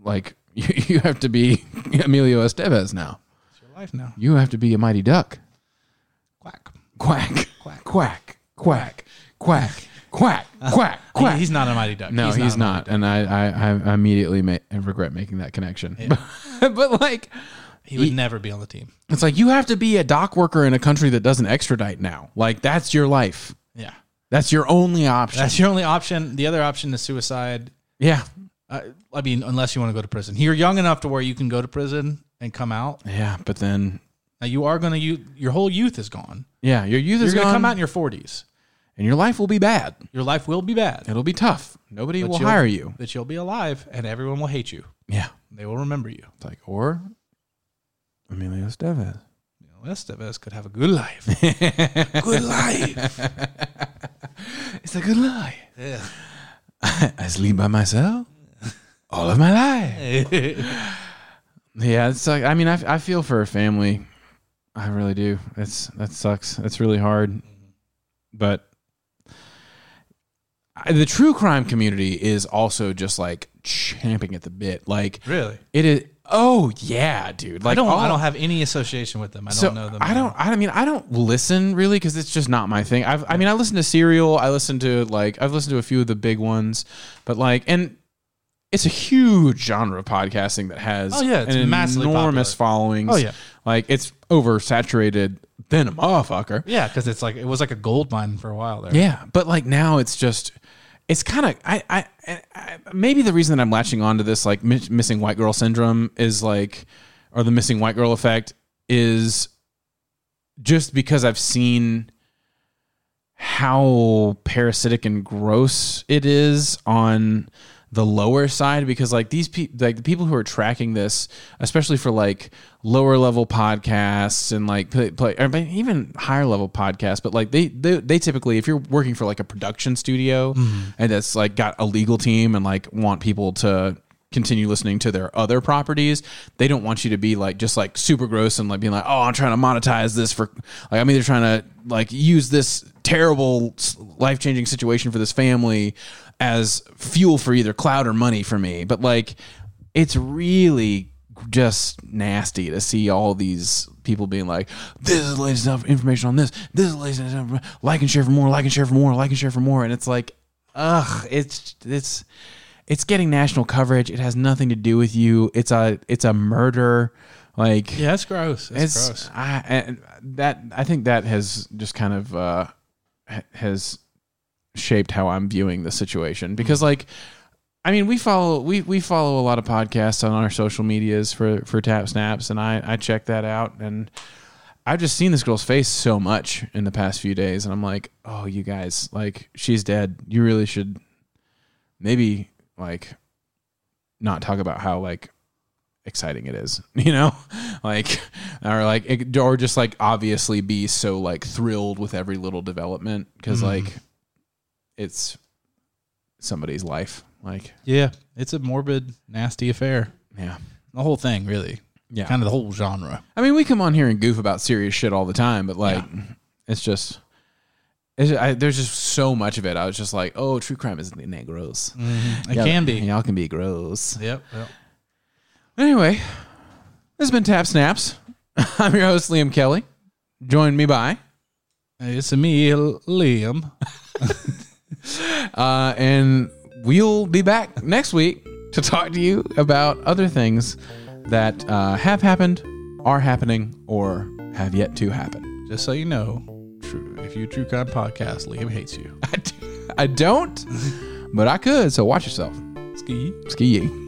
S1: like you, you have to be Emilio Estevez now.
S2: your life now.
S1: You have to be a mighty duck.
S2: Quack.
S1: quack, quack, quack, quack, quack, quack, quack,
S2: Uh, He- he's not a mighty duck.
S1: no, he's,
S2: a mighty-
S1: not, and I, I, I immediately ma- regret making that connection. but like,
S2: He would never be on the team.
S1: it's like you have to be a dock worker in a country that doesn't extradite now. Like that's your life.
S2: Yeah,
S1: That's your only option.
S2: that's your only option. The other option is suicide.
S1: yeah,
S2: Uh, I mean, unless you want to go to prison. You're young enough to where you can go to prison and come out.
S1: yeah. But then,
S2: Now you are gonna you your whole youth is gone.
S1: yeah, your youth
S2: You're
S1: is
S2: gonna
S1: gone,
S2: come out in your 40s.
S1: and your life will be bad.
S2: Your life will be bad.
S1: It'll be tough. Nobody
S2: But
S1: will
S2: you'll-
S1: hire you.
S2: But you'll be alive, and everyone will hate you.
S1: Yeah,
S2: They will remember you.
S1: it's like or Emilio Estevez.
S2: you know, the rest of us could have a good life. good life.
S1: It's a good life.
S2: Yeah.
S1: I sleep by myself all of my life. yeah, it's like I mean, I, I feel for her family. I really do. It's that sucks. It's really hard, but I, the true crime community is also just like champing at the bit. Like
S2: Really?
S1: it is. Oh yeah, dude. Like
S2: I don't.
S1: all-
S2: I don't have any association with them. I don't
S1: so
S2: know them.
S1: I don't. I mean, I don't listen really because it's just not my thing. I've, I mean, I listen to Serial. I listen to like I've listened to a few of the big ones, but like, and it's a huge genre of podcasting that has
S2: Oh, yeah, it's
S1: an
S2: massively
S1: enormous
S2: popular.
S1: followings.
S2: Oh, yeah.
S1: like it's oversaturated than a motherfucker.
S2: Yeah, because it's like it was like a gold mine for a while there.
S1: Yeah, but like now it's just it's kind of I, I I maybe the reason that I'm latching onto this like mi- missing white girl syndrome is like or the missing white girl effect is just because I've seen how parasitic and gross it is on the lower side because like these people like the people who are tracking this especially for like lower level podcasts and like play, play or but even higher level podcasts but like they, they they typically if you're working for like a production studio and that's like got a legal team and like want people to continue listening to their other properties they don't want you to be like just like super gross and like being like oh i'm trying to monetize this for like i'm either trying to like use this terrible life changing situation for this family as fuel for either cloud or money for me. But like, it's really just nasty to see all these people being like, "This is the latest enough information on this. This is the latest enough. Like and share for more. Like and share for more. Like and share for more." And it's like, ugh, it's it's it's getting national coverage. It has nothing to do with you. It's a it's a murder. Like
S2: Yeah, that's gross. That's
S1: it's
S2: gross.
S1: I, and that I think that has just kind of uh, ha- has shaped how I'm viewing the situation because like I mean we follow we we follow a lot of podcasts on our social medias for for tap snaps and I I check that out and I've just seen this girl's face so much in the past few days and I'm like oh you guys like she's dead you really should maybe like not talk about how like exciting it is you know like or like it- or just like obviously be so like thrilled with every little development because like it's somebody's life like
S2: Yeah, it's a morbid, nasty affair.
S1: yeah
S2: The whole thing, really.
S1: Yeah.
S2: Kind of the whole genre.
S1: i mean we come on here and goof about serious shit all the time but like it's just It's ju- I, there's just so much of it. I was just like, oh, true crime isn't that gross.
S2: It can be.
S1: Y'all can be gross.
S2: Yep, yep.
S1: Anyway, this has been Tap Snaps. I'm your host, Liam Kelly. Join me by.
S2: It's me, Liam.
S1: Uh, and we'll be back next week to talk to you about other things that uh, have happened, are happening, or have yet to happen.
S2: Just so you know, true, if you true crime podcast, Liam hates you.
S1: I, d- I don't, but I could, so watch yourself.
S2: Ski.
S1: Ski ye.